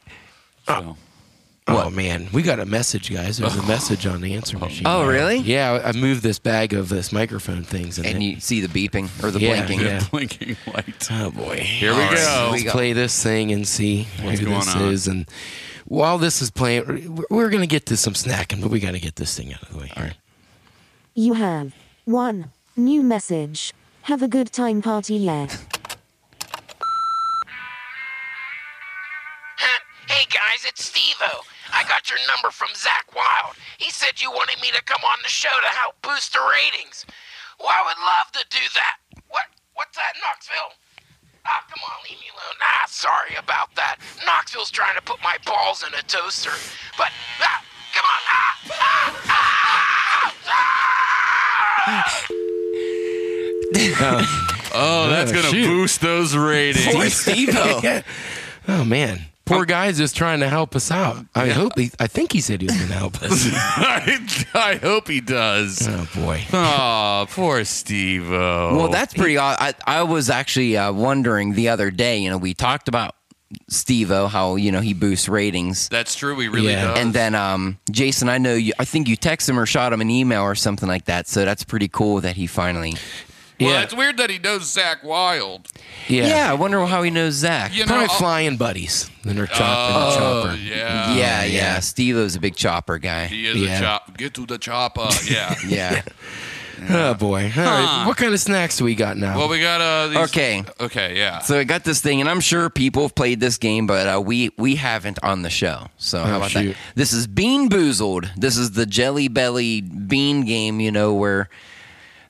So. Oh man, we got a message, guys. There's a message on the answer machine. Oh, really? Yeah, I I moved this bag of this microphone things, and, And it- you see the beeping or the Yeah, blinking. yeah. Blinking light. oh boy, Here Oh. we right. go. Here we Let's go. play this thing and see What's who going this on? is. And while this is playing, we're- we're going to get to some snacking, but we got to get this thing out of the way. All right. You have one new message. Have a good time party, yeah. Hey guys, it's Steve-O. I got your number from Zach Wild. He said you wanted me to come on the show to help boost the ratings. Well, I would love to do that. What? What's that, Knoxville? Ah, come on, leave me alone. Ah, sorry about that. Knoxville's trying to put my balls in a toaster. But, ah, come on, ah, ah, ah, ah! Oh, that's Oh, gonna shoot. boost those ratings. Boy, Steve-O. Oh man, poor guy's just trying to help us out. I hope he. I think he said he was going to help us. I, I hope he does. oh boy. Oh, poor Steve. Well, that's pretty odd. I, I was actually uh, wondering the other day, you know, we talked about Steve-O, how, you know, he boosts ratings. that's true. We really Yeah. does. And then, um, Jason, I know you, I think you text him or shot him an email or something like that. So that's pretty cool that he finally Well, Yeah. it's weird that he knows Zach Wild. Yeah. Yeah. I wonder how he knows Zach. You know, Probably I'll- flying buddies. Then they're chopping Oh, chopper. yeah. yeah, yeah. Steve O's a big chopper guy. He is Yeah. a chop. Get to the chopper. Yeah. Yeah. Oh boy. All right. What kind of snacks do we got now? well, we got uh. These, Okay. Okay. Yeah. So I got this thing, and I'm sure people have played this game, but uh, we we haven't on the show. So how Oh, about shoot. that? This is Bean Boozled. This is the Jelly Belly Bean game. You know where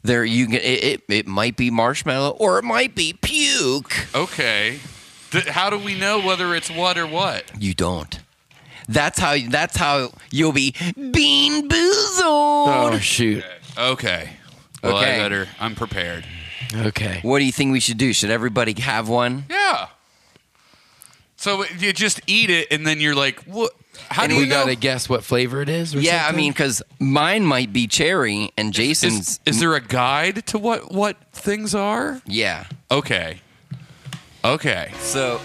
there you can it, it, it might be marshmallow or it might be puke. okay. Th- how do we know whether it's what or what? You don't. That's how that's how you'll be Bean Boozled. oh shoot. Okay. Well, Okay. I better. I'm prepared. Okay. What do you think we should do? Should everybody have one? Yeah. So you just eat it, and then you're like, what? How And do we you know? gotta guess what flavor it is. Or Yeah, I something? mean, because mine might be cherry, and is, Jason's is there a guide to what what things are? yeah. Okay. Okay. So,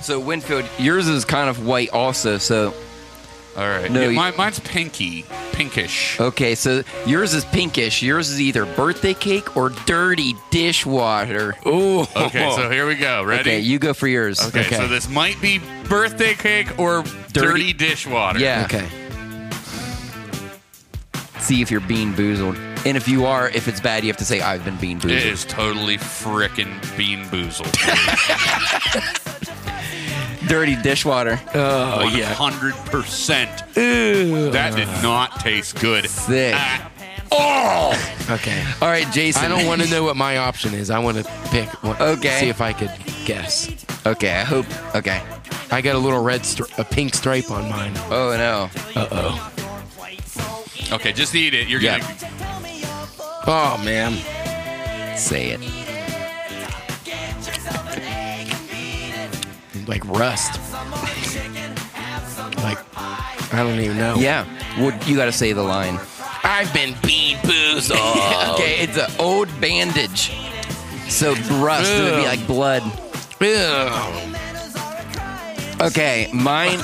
so Winfield, yours is kind of white also. So, All right. No, Yeah, you- my, mine's pinky, pinkish. okay, so yours is pinkish. Yours is either birthday cake or dirty dishwater. Ooh. Okay, so here we go. Ready? Okay, you go for yours. Okay, okay. so this might be birthday cake or dirty, dishwater. Yeah. Okay. See if you're bean boozled, and if you are, if it's bad, you have to say I've been bean boozled. It is totally frickin' bean boozled. Dirty dishwater. Oh yeah. 100%. Ooh. That did not taste good. Sick. at all. Okay. All right, Jason. I don't want to know what my option is. I want to pick. One, Okay. See if I could guess. Okay, I hope. Okay. I got a little red, stri- a pink stripe on mine. Oh no. Uh oh. Okay, just eat it. You're Yeah. gonna. Oh man. Say it. Like rust. like I don't even know. Yeah. Well, you got to say the line. I've been bean boozled. okay, it's an old bandage. So rust it would be like blood. Ew. Okay, mine.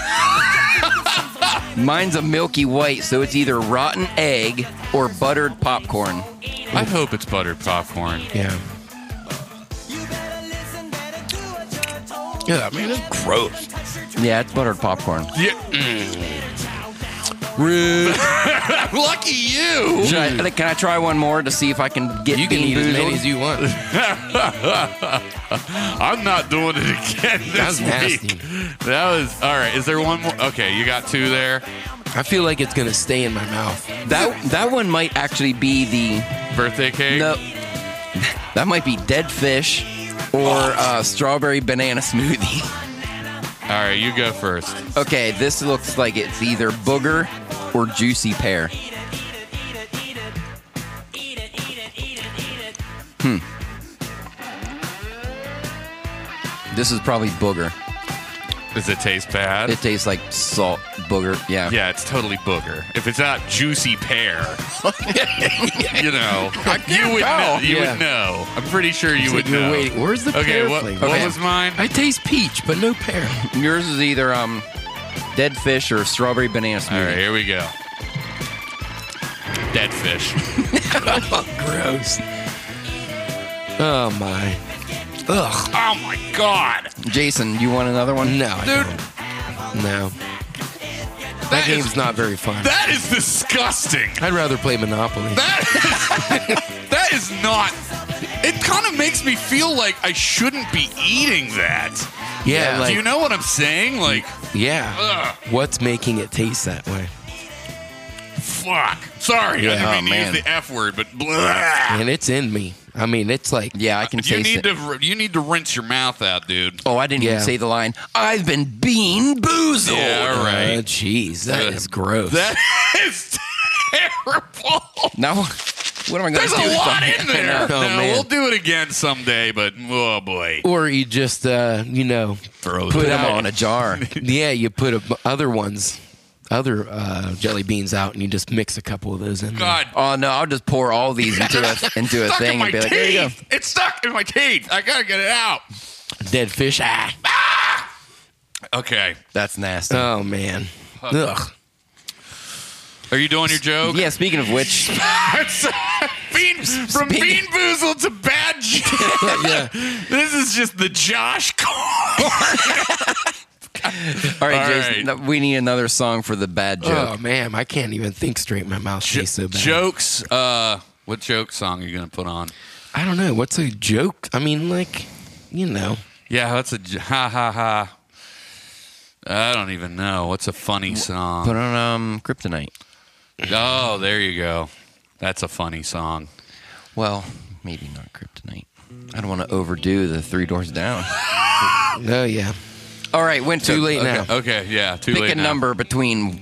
mine's a milky white, so it's either rotten egg or buttered popcorn. I hope it's buttered popcorn. Yeah. Yeah, man, it's gross. Yeah, it's buttered popcorn. Yeah. Rude. Lucky you. Should I, can I try one more to see if I can get You can bean eat as many boozled? as you want. I'm not doing it again That's this nasty. week. That was all right. Is there one more? Okay, you got two there. I feel like it's gonna stay in my mouth. That that one might actually be the Birthday cake. no. That might be dead fish or uh, strawberry banana smoothie. All right, you go first. Okay, this looks like it's either booger or juicy pear. Hmm. This is probably booger. Does it taste bad? It tastes like salt booger. Yeah. yeah, it's totally booger. If it's not juicy pear, you know, you would know. You Yeah. would know. I'm pretty sure you It's would like, no, know. wait, where's the okay, pear what, flavor? what Okay. was mine? I taste peach, but no pear. Yours is either um, dead fish or strawberry banana All smoothie. right, here we go. Dead fish. Gross. Oh my. Ugh. Oh my god, Jason, you want another one? No, I dude, don't. no. That, That is- game's not very fun. that is disgusting. I'd rather play Monopoly. That is not. It kind of makes me feel like I shouldn't be eating that. yeah, like, Do you know what I'm saying? Like, yeah. ugh, What's making it taste that way? fuck. Sorry, I Yeah. didn't mean Oh, to man. use the F word, but blah. And it's in me. I mean, it's like Yeah, I can You taste need to it. r- you need to rinse your mouth out, dude. oh, I didn't Yeah. even say the line. I've been bean boozled. Yeah, all Uh, right. Jeez, that is Ugh. gross. That is terrible. Now, what am I going to do? There's a with lot that? in there. I know, no, man. we'll do it again someday, but oh boy, or you just, uh, you know, throw put Put them them out. all in a jar. yeah, you put a, other ones, other uh, jelly beans out, and you just mix a couple of those in. there. God, Oh no, I'll just pour all these into a into a stuck in thing my and be like, teeth. there you go. It's stuck in my teeth. I gotta get it out. Dead fish. Ah. Okay. That's nasty. Oh man. Ugh. Are you doing your joke? yeah. Speaking of which, That's- bean uh, Spin- from bean boozled to bad Jim. yeah. this is just the Josh Corn. All right, All Jason, right. Uh. we need another song for the bad joke. Oh man, I can't even think straight. My mouth tastes so bad. jokes. Uh, what joke song are you gonna put on? I don't know. What's a joke? I mean, like, you know, Yeah, that's a j- ha ha ha. I don't even know. What's a funny Put song? on um, Kryptonite. Oh, there you go. That's a funny song. Well, maybe not Kryptonite. I don't want to overdo the Three Doors Down. oh yeah. All right, went Too late now. Okay, yeah. Too Pick late a now. number between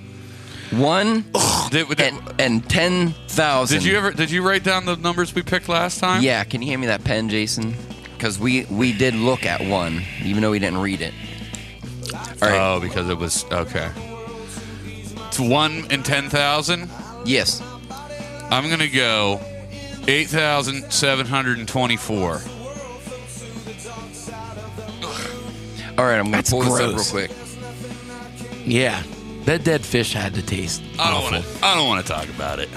one Did, did- and, and ten thousand. did you ever? Did you write down the numbers we picked last time? Yeah, can you hand me that pen, Jason? Because we we did look at one, even though we didn't read it. All right. Oh, because it was okay. It's one in ten thousand. yes. I'm gonna go eight thousand seven hundred and twenty-four. All right, I'm gonna That's pull gross. this up real quick. Yeah. That dead fish had to taste. I don't awful. want to. I don't want to talk about it.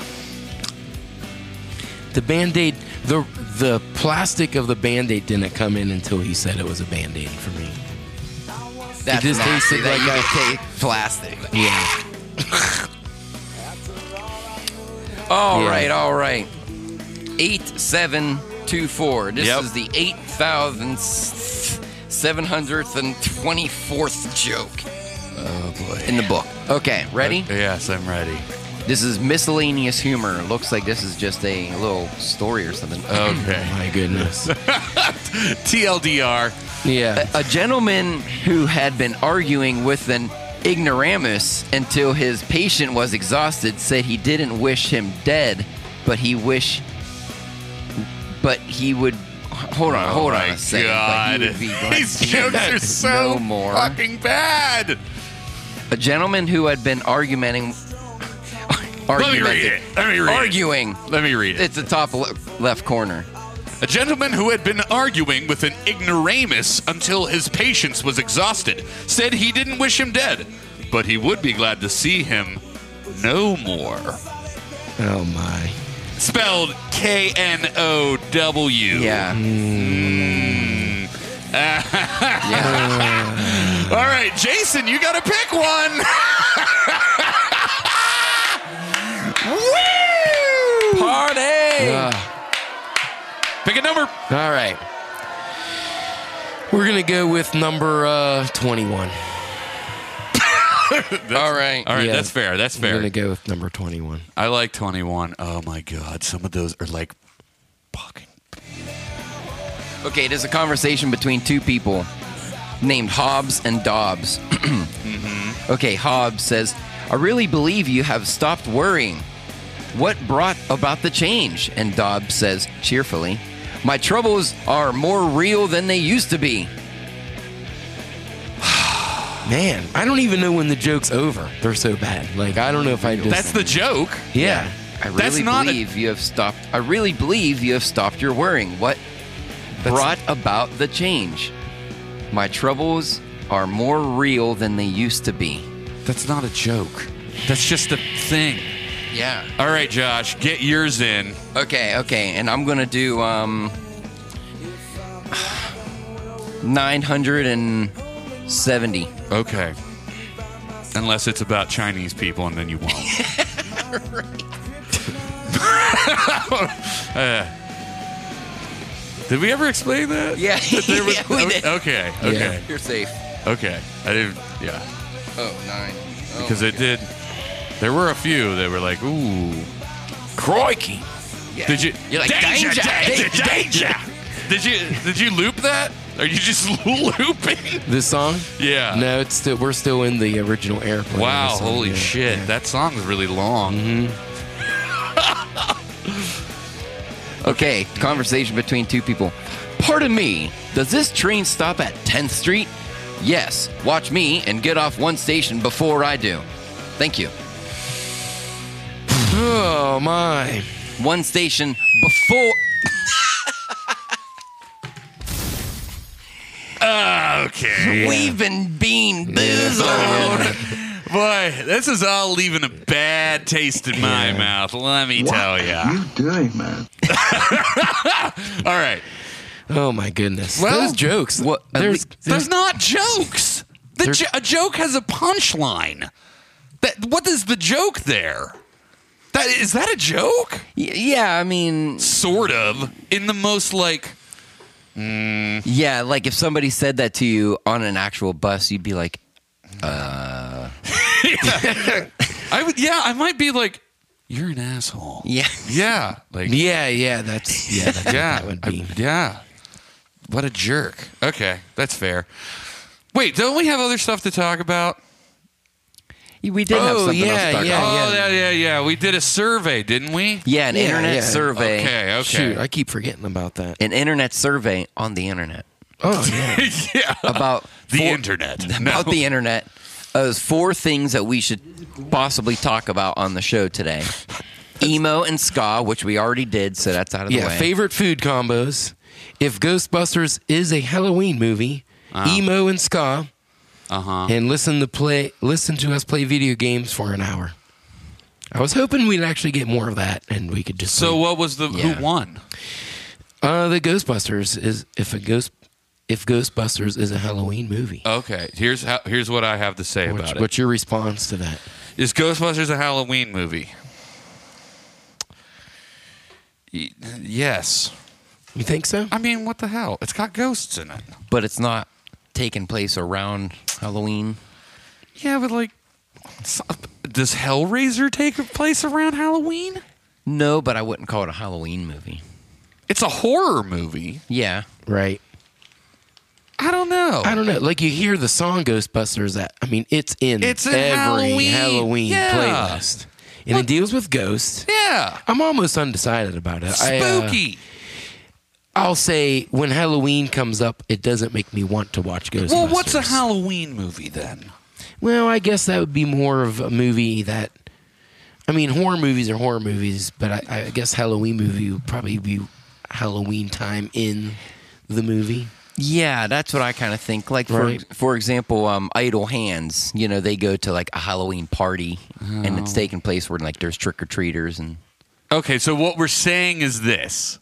The band aid, the, the plastic of the band aid didn't come in until he said it was a band aid for me. That's just nasty tasted that like you a- can take plastic. Yeah. All Yeah. right, all right. Eight seven two four. This Yep. is the eight thousand seven hundredth and twenty fourth joke Oh boy. in the book. Okay, ready? Yes, I'm ready. This is miscellaneous humor. Looks like this is just a little story or something. Okay. My goodness. TLDR. Yeah. A gentleman who had been arguing with an ignoramus until his patient was exhausted said he didn't wish him dead, but he wish, but he would. Hold on, hold on Oh my a second. God. But he would be like, These jokes are so no more. fucking bad. A gentleman who had been arguing, Let me read it. Let me read arguing. it. Let me read it. It's the top le- left corner. A gentleman who had been arguing with an ignoramus until his patience was exhausted said he didn't wish him dead, but he would be glad to see him no more. Oh my. Spelled K N O W. Yeah. yeah. All right, Jason, you got to pick one. Woo! Party. Ah, Pick a number. all right. We're going to go with number uh, 21. All right. All right, Yeah. that's fair. That's We're fair. going to go with number 21. I like 21. Oh my god, some of those are like fucking Okay, there's a conversation between two people named Hobbs and Dobbs. Mm-hmm. Okay, Hobbs says, I really believe you have stopped worrying. What brought about the change? And Dobbs says, cheerfully, My troubles are more real than they used to be. Man, I don't even know when the joke's over. They're so bad. Like, I don't know if I just. That's the joke. Yeah. I really That's not a- believe you have stopped. I really believe you have stopped your worrying. What brought about the change? My troubles are more real than they used to be. That's not a joke. That's just a thing. Yeah. All right, Josh, get yours in. Okay, okay, and I'm gonna do um nine hundred and seventy. Okay. Unless it's about Chinese people and then you won't. Uh, did we ever explain that? Yeah, That there was- yeah, we did. Okay, okay, oh, You're safe. okay. I didn't, yeah. Oh nine. Oh, Because it did. There were a few that were like, ooh, crikey. yeah. Did you? You're like danger, danger, danger. Did you? Did you loop that? Are you just looping? This song? Yeah. No, it's still, we're still in the original airplane. Wow! This song, holy yeah. Mm-hmm. shit! That song is really long. Okay, conversation between two people. Pardon me, does this train stop at 10th Street? Yes, watch me and get off one station before I do. Thank you. Oh my. One station before. Ah, Okay. We've been bean boozled. Boy, this is all leaving a bad taste in my mouth. Let me tell ya. doing, man? All right. Oh my goodness. Well, Those jokes. what- at there's, least- there's There's not jokes. The jo- a joke has a punchline. That what is the joke there? That is that a joke? Y- yeah, I mean, Sort of. In the most like yeah, like if somebody said that to you on an actual bus, you'd be like, I would yeah, I might be like, You're an asshole. yeah, Yeah. Like yeah, yeah, that's yeah, that's Yeah. what that would I- be. yeah. What a jerk. Okay, that's fair. Wait, don't we have other stuff to talk about? we did have Oh, something else yeah, to talk yeah, about. oh yeah, yeah, yeah. We did a survey, didn't we? Yeah, an Yeah, internet yeah. survey, Okay, okay. Shoot, I keep forgetting about that. an internet survey on the internet Oh yeah. yeah. about The four- internet. about No. the internet. Uh, there's four things that we should possibly talk about on the show today. Emo and ska, which we already did, so that's out of the yeah, way. favorite food combos. If Ghostbusters is a Halloween movie, emo and ska, Uh-huh. and listen to play listen to us play video games for an hour. I was hoping we'd actually get more of that, and we could just So play- what was the Yeah. who won? uh, the Ghostbusters is if a ghost if Ghostbusters is a Halloween movie. Okay, here's how, here's what I have to say What's, about it. what's your response to that? Is Ghostbusters a Halloween movie? Y- Yes. You think so? I mean, what the hell? It's got ghosts in it. but it's not taking place around Halloween. Yeah, but like, so- does Hellraiser take place around Halloween? No, but I wouldn't call it a Halloween movie. It's a horror movie. Yeah. Right. I don't know. I don't know. Like you hear the song Ghostbusters. That I mean, it's in It's in every Halloween. Halloween, Yeah. playlist, and it deals with ghosts. yeah, I'm almost undecided about it. I, uh, spooky. I'll say when Halloween comes up, it doesn't make me want to watch Ghostbusters. well, what's a Halloween movie then? Well, I guess that would be more of a movie that. I mean, horror movies are horror movies, but I, I guess Halloween movie would probably be Halloween time in the movie. Yeah, that's what I kind of think. Like Right. for for example, um, Idle Hands. You know, they go to like a Halloween party, Oh. and it's taking place where like there's trick or treaters and Okay, so what we're saying is this.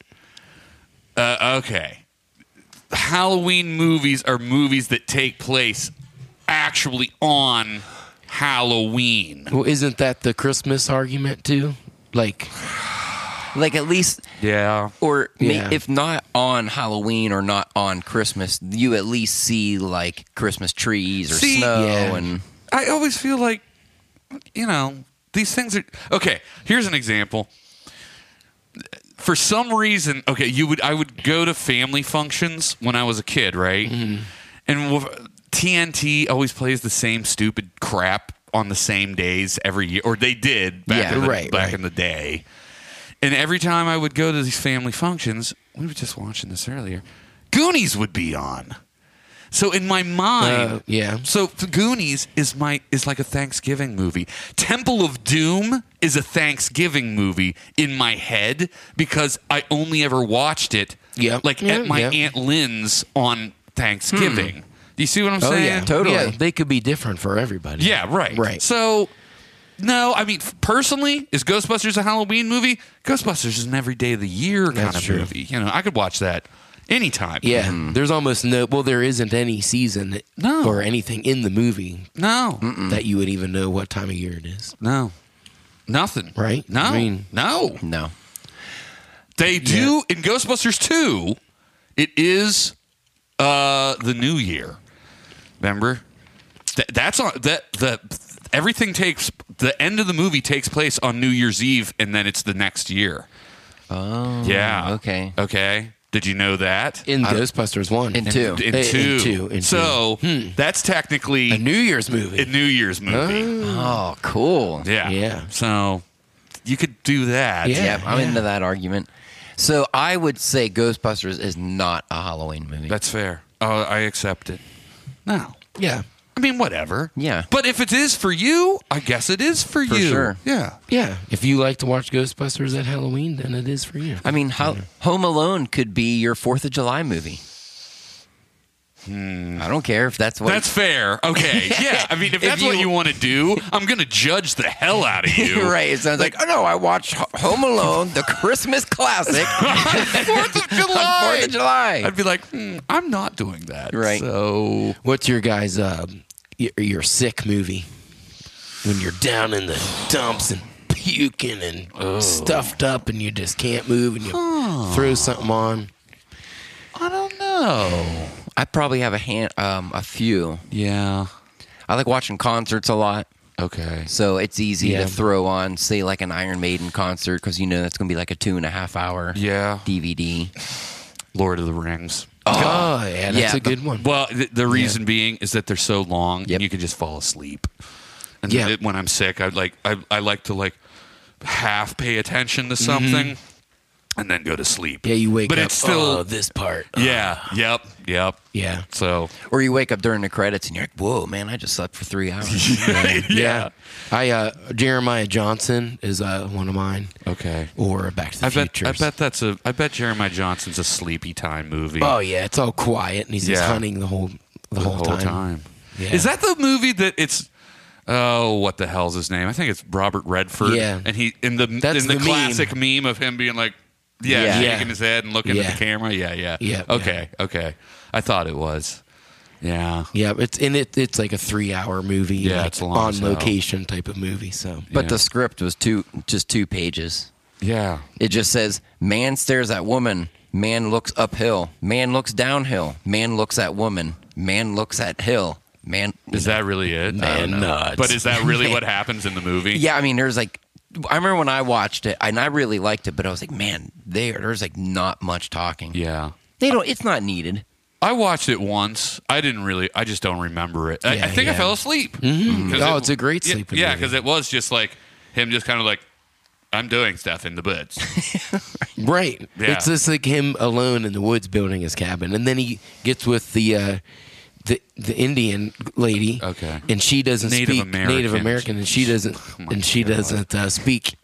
Uh, okay. Halloween movies are movies that take place actually on Halloween. Well, isn't that the Christmas argument too? Like, like at least, Yeah. or ma- Yeah. if not on Halloween or not on Christmas, you at least see like Christmas trees or See, snow yeah. and I always feel like, you know, these things are okay. Here's an example. For some reason, okay, you would I would go to family functions when I was a kid, right? Mm-hmm. And with- TNT always plays the same stupid crap on the same days every year, or they did back Yeah, in the, right, back right. in the day. And every time I would go to these family functions, we were just watching this earlier. Goonies would be on. So in my mind, Uh, yeah. So The Goonies is my is like a Thanksgiving movie. Temple of Doom is a Thanksgiving movie in my head because I only ever watched it Yeah. like Yeah, at my yeah. aunt Lynn's on Thanksgiving. Do you see what I'm saying? totally. Oh, Yeah, they could be different for everybody. Yeah, right. Right. So no, I mean f- personally, is Ghostbusters a Halloween movie? Ghostbusters is an every day of the year kind That's of true. movie. You know, I could watch that anytime. Yeah, there's almost no. Well, there isn't any season that- No. or anything in the movie No. that you would even know what time of year it is. No. Nothing. Right? No. I mean- no. no. They do in Ghostbusters 2. It is uh the new year. Remember? Th- that's on that the everything takes the end of the movie takes place on New Year's Eve and then it's the next year. Oh. Yeah. okay. Okay. Did you know that? In Ghostbusters one In two. in, in two. two, in so that's technically a New Year's movie. a New Year's movie. Oh, cool. yeah. Yeah. So you could do that. Yeah. Yep, I'm into that argument. So I would say Ghostbusters is not a Halloween movie. That's fair. Uh, I accept it. No. yeah, I mean, whatever. Yeah. But if it is for you, I guess it is for, you. sure. Yeah. yeah. If you like to watch Ghostbusters at Halloween, then it is for you. I mean, how, Home Alone could be your Fourth of July movie. I don't care if that's what. Hmm. That's fair. Okay. Yeah. I mean, if If that's what you- you want to do, I'm going to judge the hell out of you. You're right. It sounds like, oh no, I watched Ho- Home Alone, the Christmas classic, Fourth of on Fourth July. of July. I'd be like, hmm, I'm not doing that. Right. So What's your guys' uh, your, your sick movie? When you're down in the dumps and puking and Oh. stuffed up and you just can't move and you throw something on. I don't know. I probably have a hand, um, a few. Yeah. I like watching concerts a lot, Okay. so it's easy Yeah. to throw on, say, like an Iron Maiden concert, because you know that's going to be like a two and a half hour Yeah. DVD. Lord of the Rings. Oh, yeah, that's Yeah, a good one. Well, th- the reason being is that they're so long, Yep. and you can just fall asleep. And Yeah. th- when I'm sick, I like I, I like to like half pay attention to something, and then go to sleep. Mm-hmm. yeah, you wake but up. it's still oh, this part. Oh, yeah. Yep. Yep. yeah. So Or you wake up during the credits and you're like, whoa, man, I just slept for three hours. yeah. Yeah. I uh, Jeremiah Johnson is uh, one of mine. Okay. Or Back to the I bet Future. I bet that's a I bet Jeremiah Johnson's a sleepy time movie. Oh yeah, it's all quiet and he's just Yeah. hunting the whole the, the whole, time. Yeah. Is that the movie that it's? Oh, what the hell's his name? I think it's Robert Redford. Yeah. and he in the That's in the, the meme. classic meme. of him being like, yeah, Yeah. shaking his head and looking at Yeah. the camera. Yeah, yeah, Yeah, Okay, okay. I thought it was. Yeah, Yeah, it's and it it's like a three hour movie. Yeah, like, it's long as on hell. location type of movie. So but Yeah. the script was two, just two pages. yeah. It just says, man stares at woman, man looks uphill, man looks downhill, man looks at woman, man looks at hill, man. Is that really it? I don't Man know. nuts. But is that really what happens in the movie? Yeah, I mean, there's like, I remember when I watched it, and I really liked it, but I was like, man, there, there's like not much talking. yeah. They don't. It's not needed. I watched it once. I didn't really. I just don't remember it. I, I Yeah, think I yeah. fell asleep. Mm-hmm. Mhm. 'Cause Oh, it's a great yeah, sleeping Yeah, movie. because it was just like him, just kind of like, I'm doing stuff in the woods. right, Yeah. it's just like him alone in the woods building his cabin, and then he gets with the. Uh, the, the Indian lady, Okay. and she doesn't Uh, Native speak Native American. Oh American, and she doesn't and she doesn't uh, speak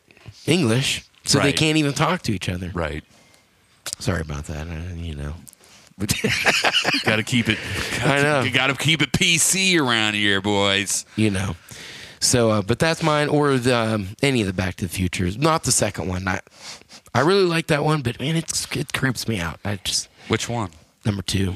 English, so they Right. can't even talk to each other. right. Sorry about that, uh, you know. Got to keep it. I know. You got to keep it PC around here, boys. you know. So, uh, but that's mine, or the, um, any of the Back to the Futures. Not the second one. I, I really like that one, but man, it's, it creeps me out. I just Which one? number two.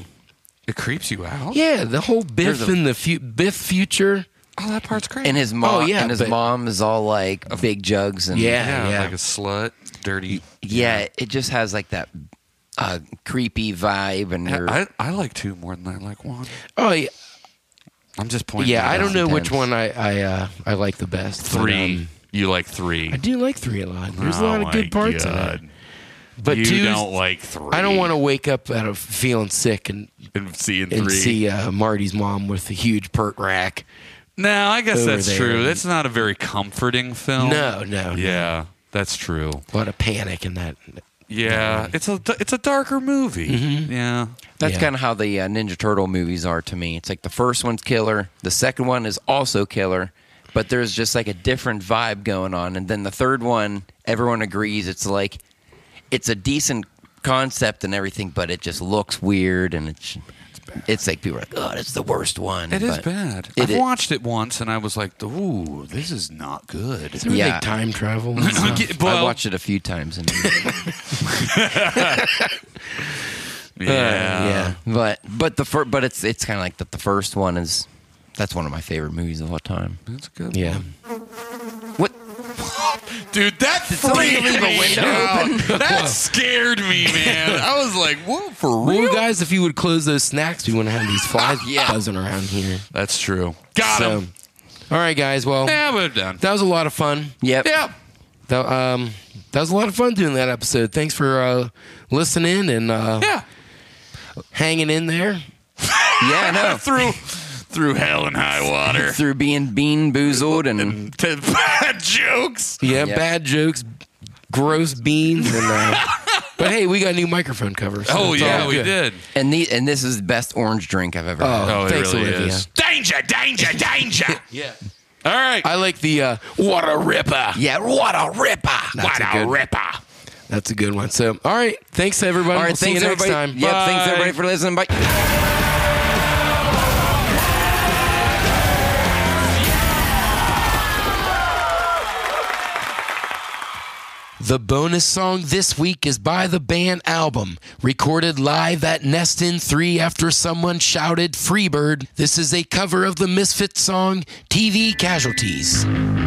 It creeps you out. Yeah, the whole Biff There's a- in the fu- Biff future. Oh, that part's great. And his mom, Oh, yeah, and his but- mom is all like big jugs and Yeah. yeah, like a slut, dirty. yeah. It just has like that uh, creepy vibe, and you're- I, I like two more than I like one. Oh yeah, I'm just pointing. yeah. it I out. don't know which Sometimes. one I I uh, I like the best. but, Three. um, you like three. I do like three a lot. There's a lot Oh of good my parts God. in it. But you two, don't like three. I don't want to wake up out of feeling sick and to see in three. and see uh, Marty's mom with a huge perk rack. No, I guess over that's there. true. That's not a very comforting film. No, no, Yeah, that's true. A lot of panic in that. Yeah, it's a it's a darker movie. Mm-hmm. Yeah. that's yeah. kind of how the uh, Ninja Turtle movies are to me. It's like the first one's killer, the second one is also killer, but there's just like a different vibe going on, and then the third one, everyone agrees it's like it's a decent concept and everything, but it just looks weird and it's. It's like people are like, oh, it's the worst one. It is but- bad. It I've is- watched it once and I was like, "Ooh, this is not good." Remember Yeah. like time travel. and stuff? Get- I well, watched it a few times, and Yeah. Uh-huh. yeah. but but the fir- but it's it's kind of like the, the first one is that's one of my favorite movies of all time. That's a good. Yeah. What? Dude, that somebody freaked leave a me window out. That scared me, man. I was like, "Whoa, for Well, you real?" guys, if you would close those snacks, we wouldn't have these flies Yeah. buzzing around here. That's true. Got So, him. all right, guys. Well, Yeah, we're done. that was a lot of fun. Yep. Yep. That, um, that was a lot of fun doing that episode. Thanks for uh, listening and uh, Yeah. hanging in there. Yeah, Uh, no. through through hell and high water. Through being bean boozled and to bad jokes. Yeah, Yep. bad jokes, gross beans, and. Uh, But hey, we got new microphone covers. so Oh it's yeah, all we good. did. and the and this is the best orange drink I've ever had. Oh, Oh, it thanks, really Olivia. is. Danger, danger, danger. yeah. All right. I like the uh, what a ripper. Yeah, what a ripper! That's a good- ripper. That's a good one. So, all right, thanks everybody. All right, we'll see you thanks next everybody. time. Yep, thanks Bye. everybody for listening. Bye. The bonus song this week is by the band album, recorded live at Nestin 3 after someone shouted Freebird. This is a cover of the Misfit song TV Casualties.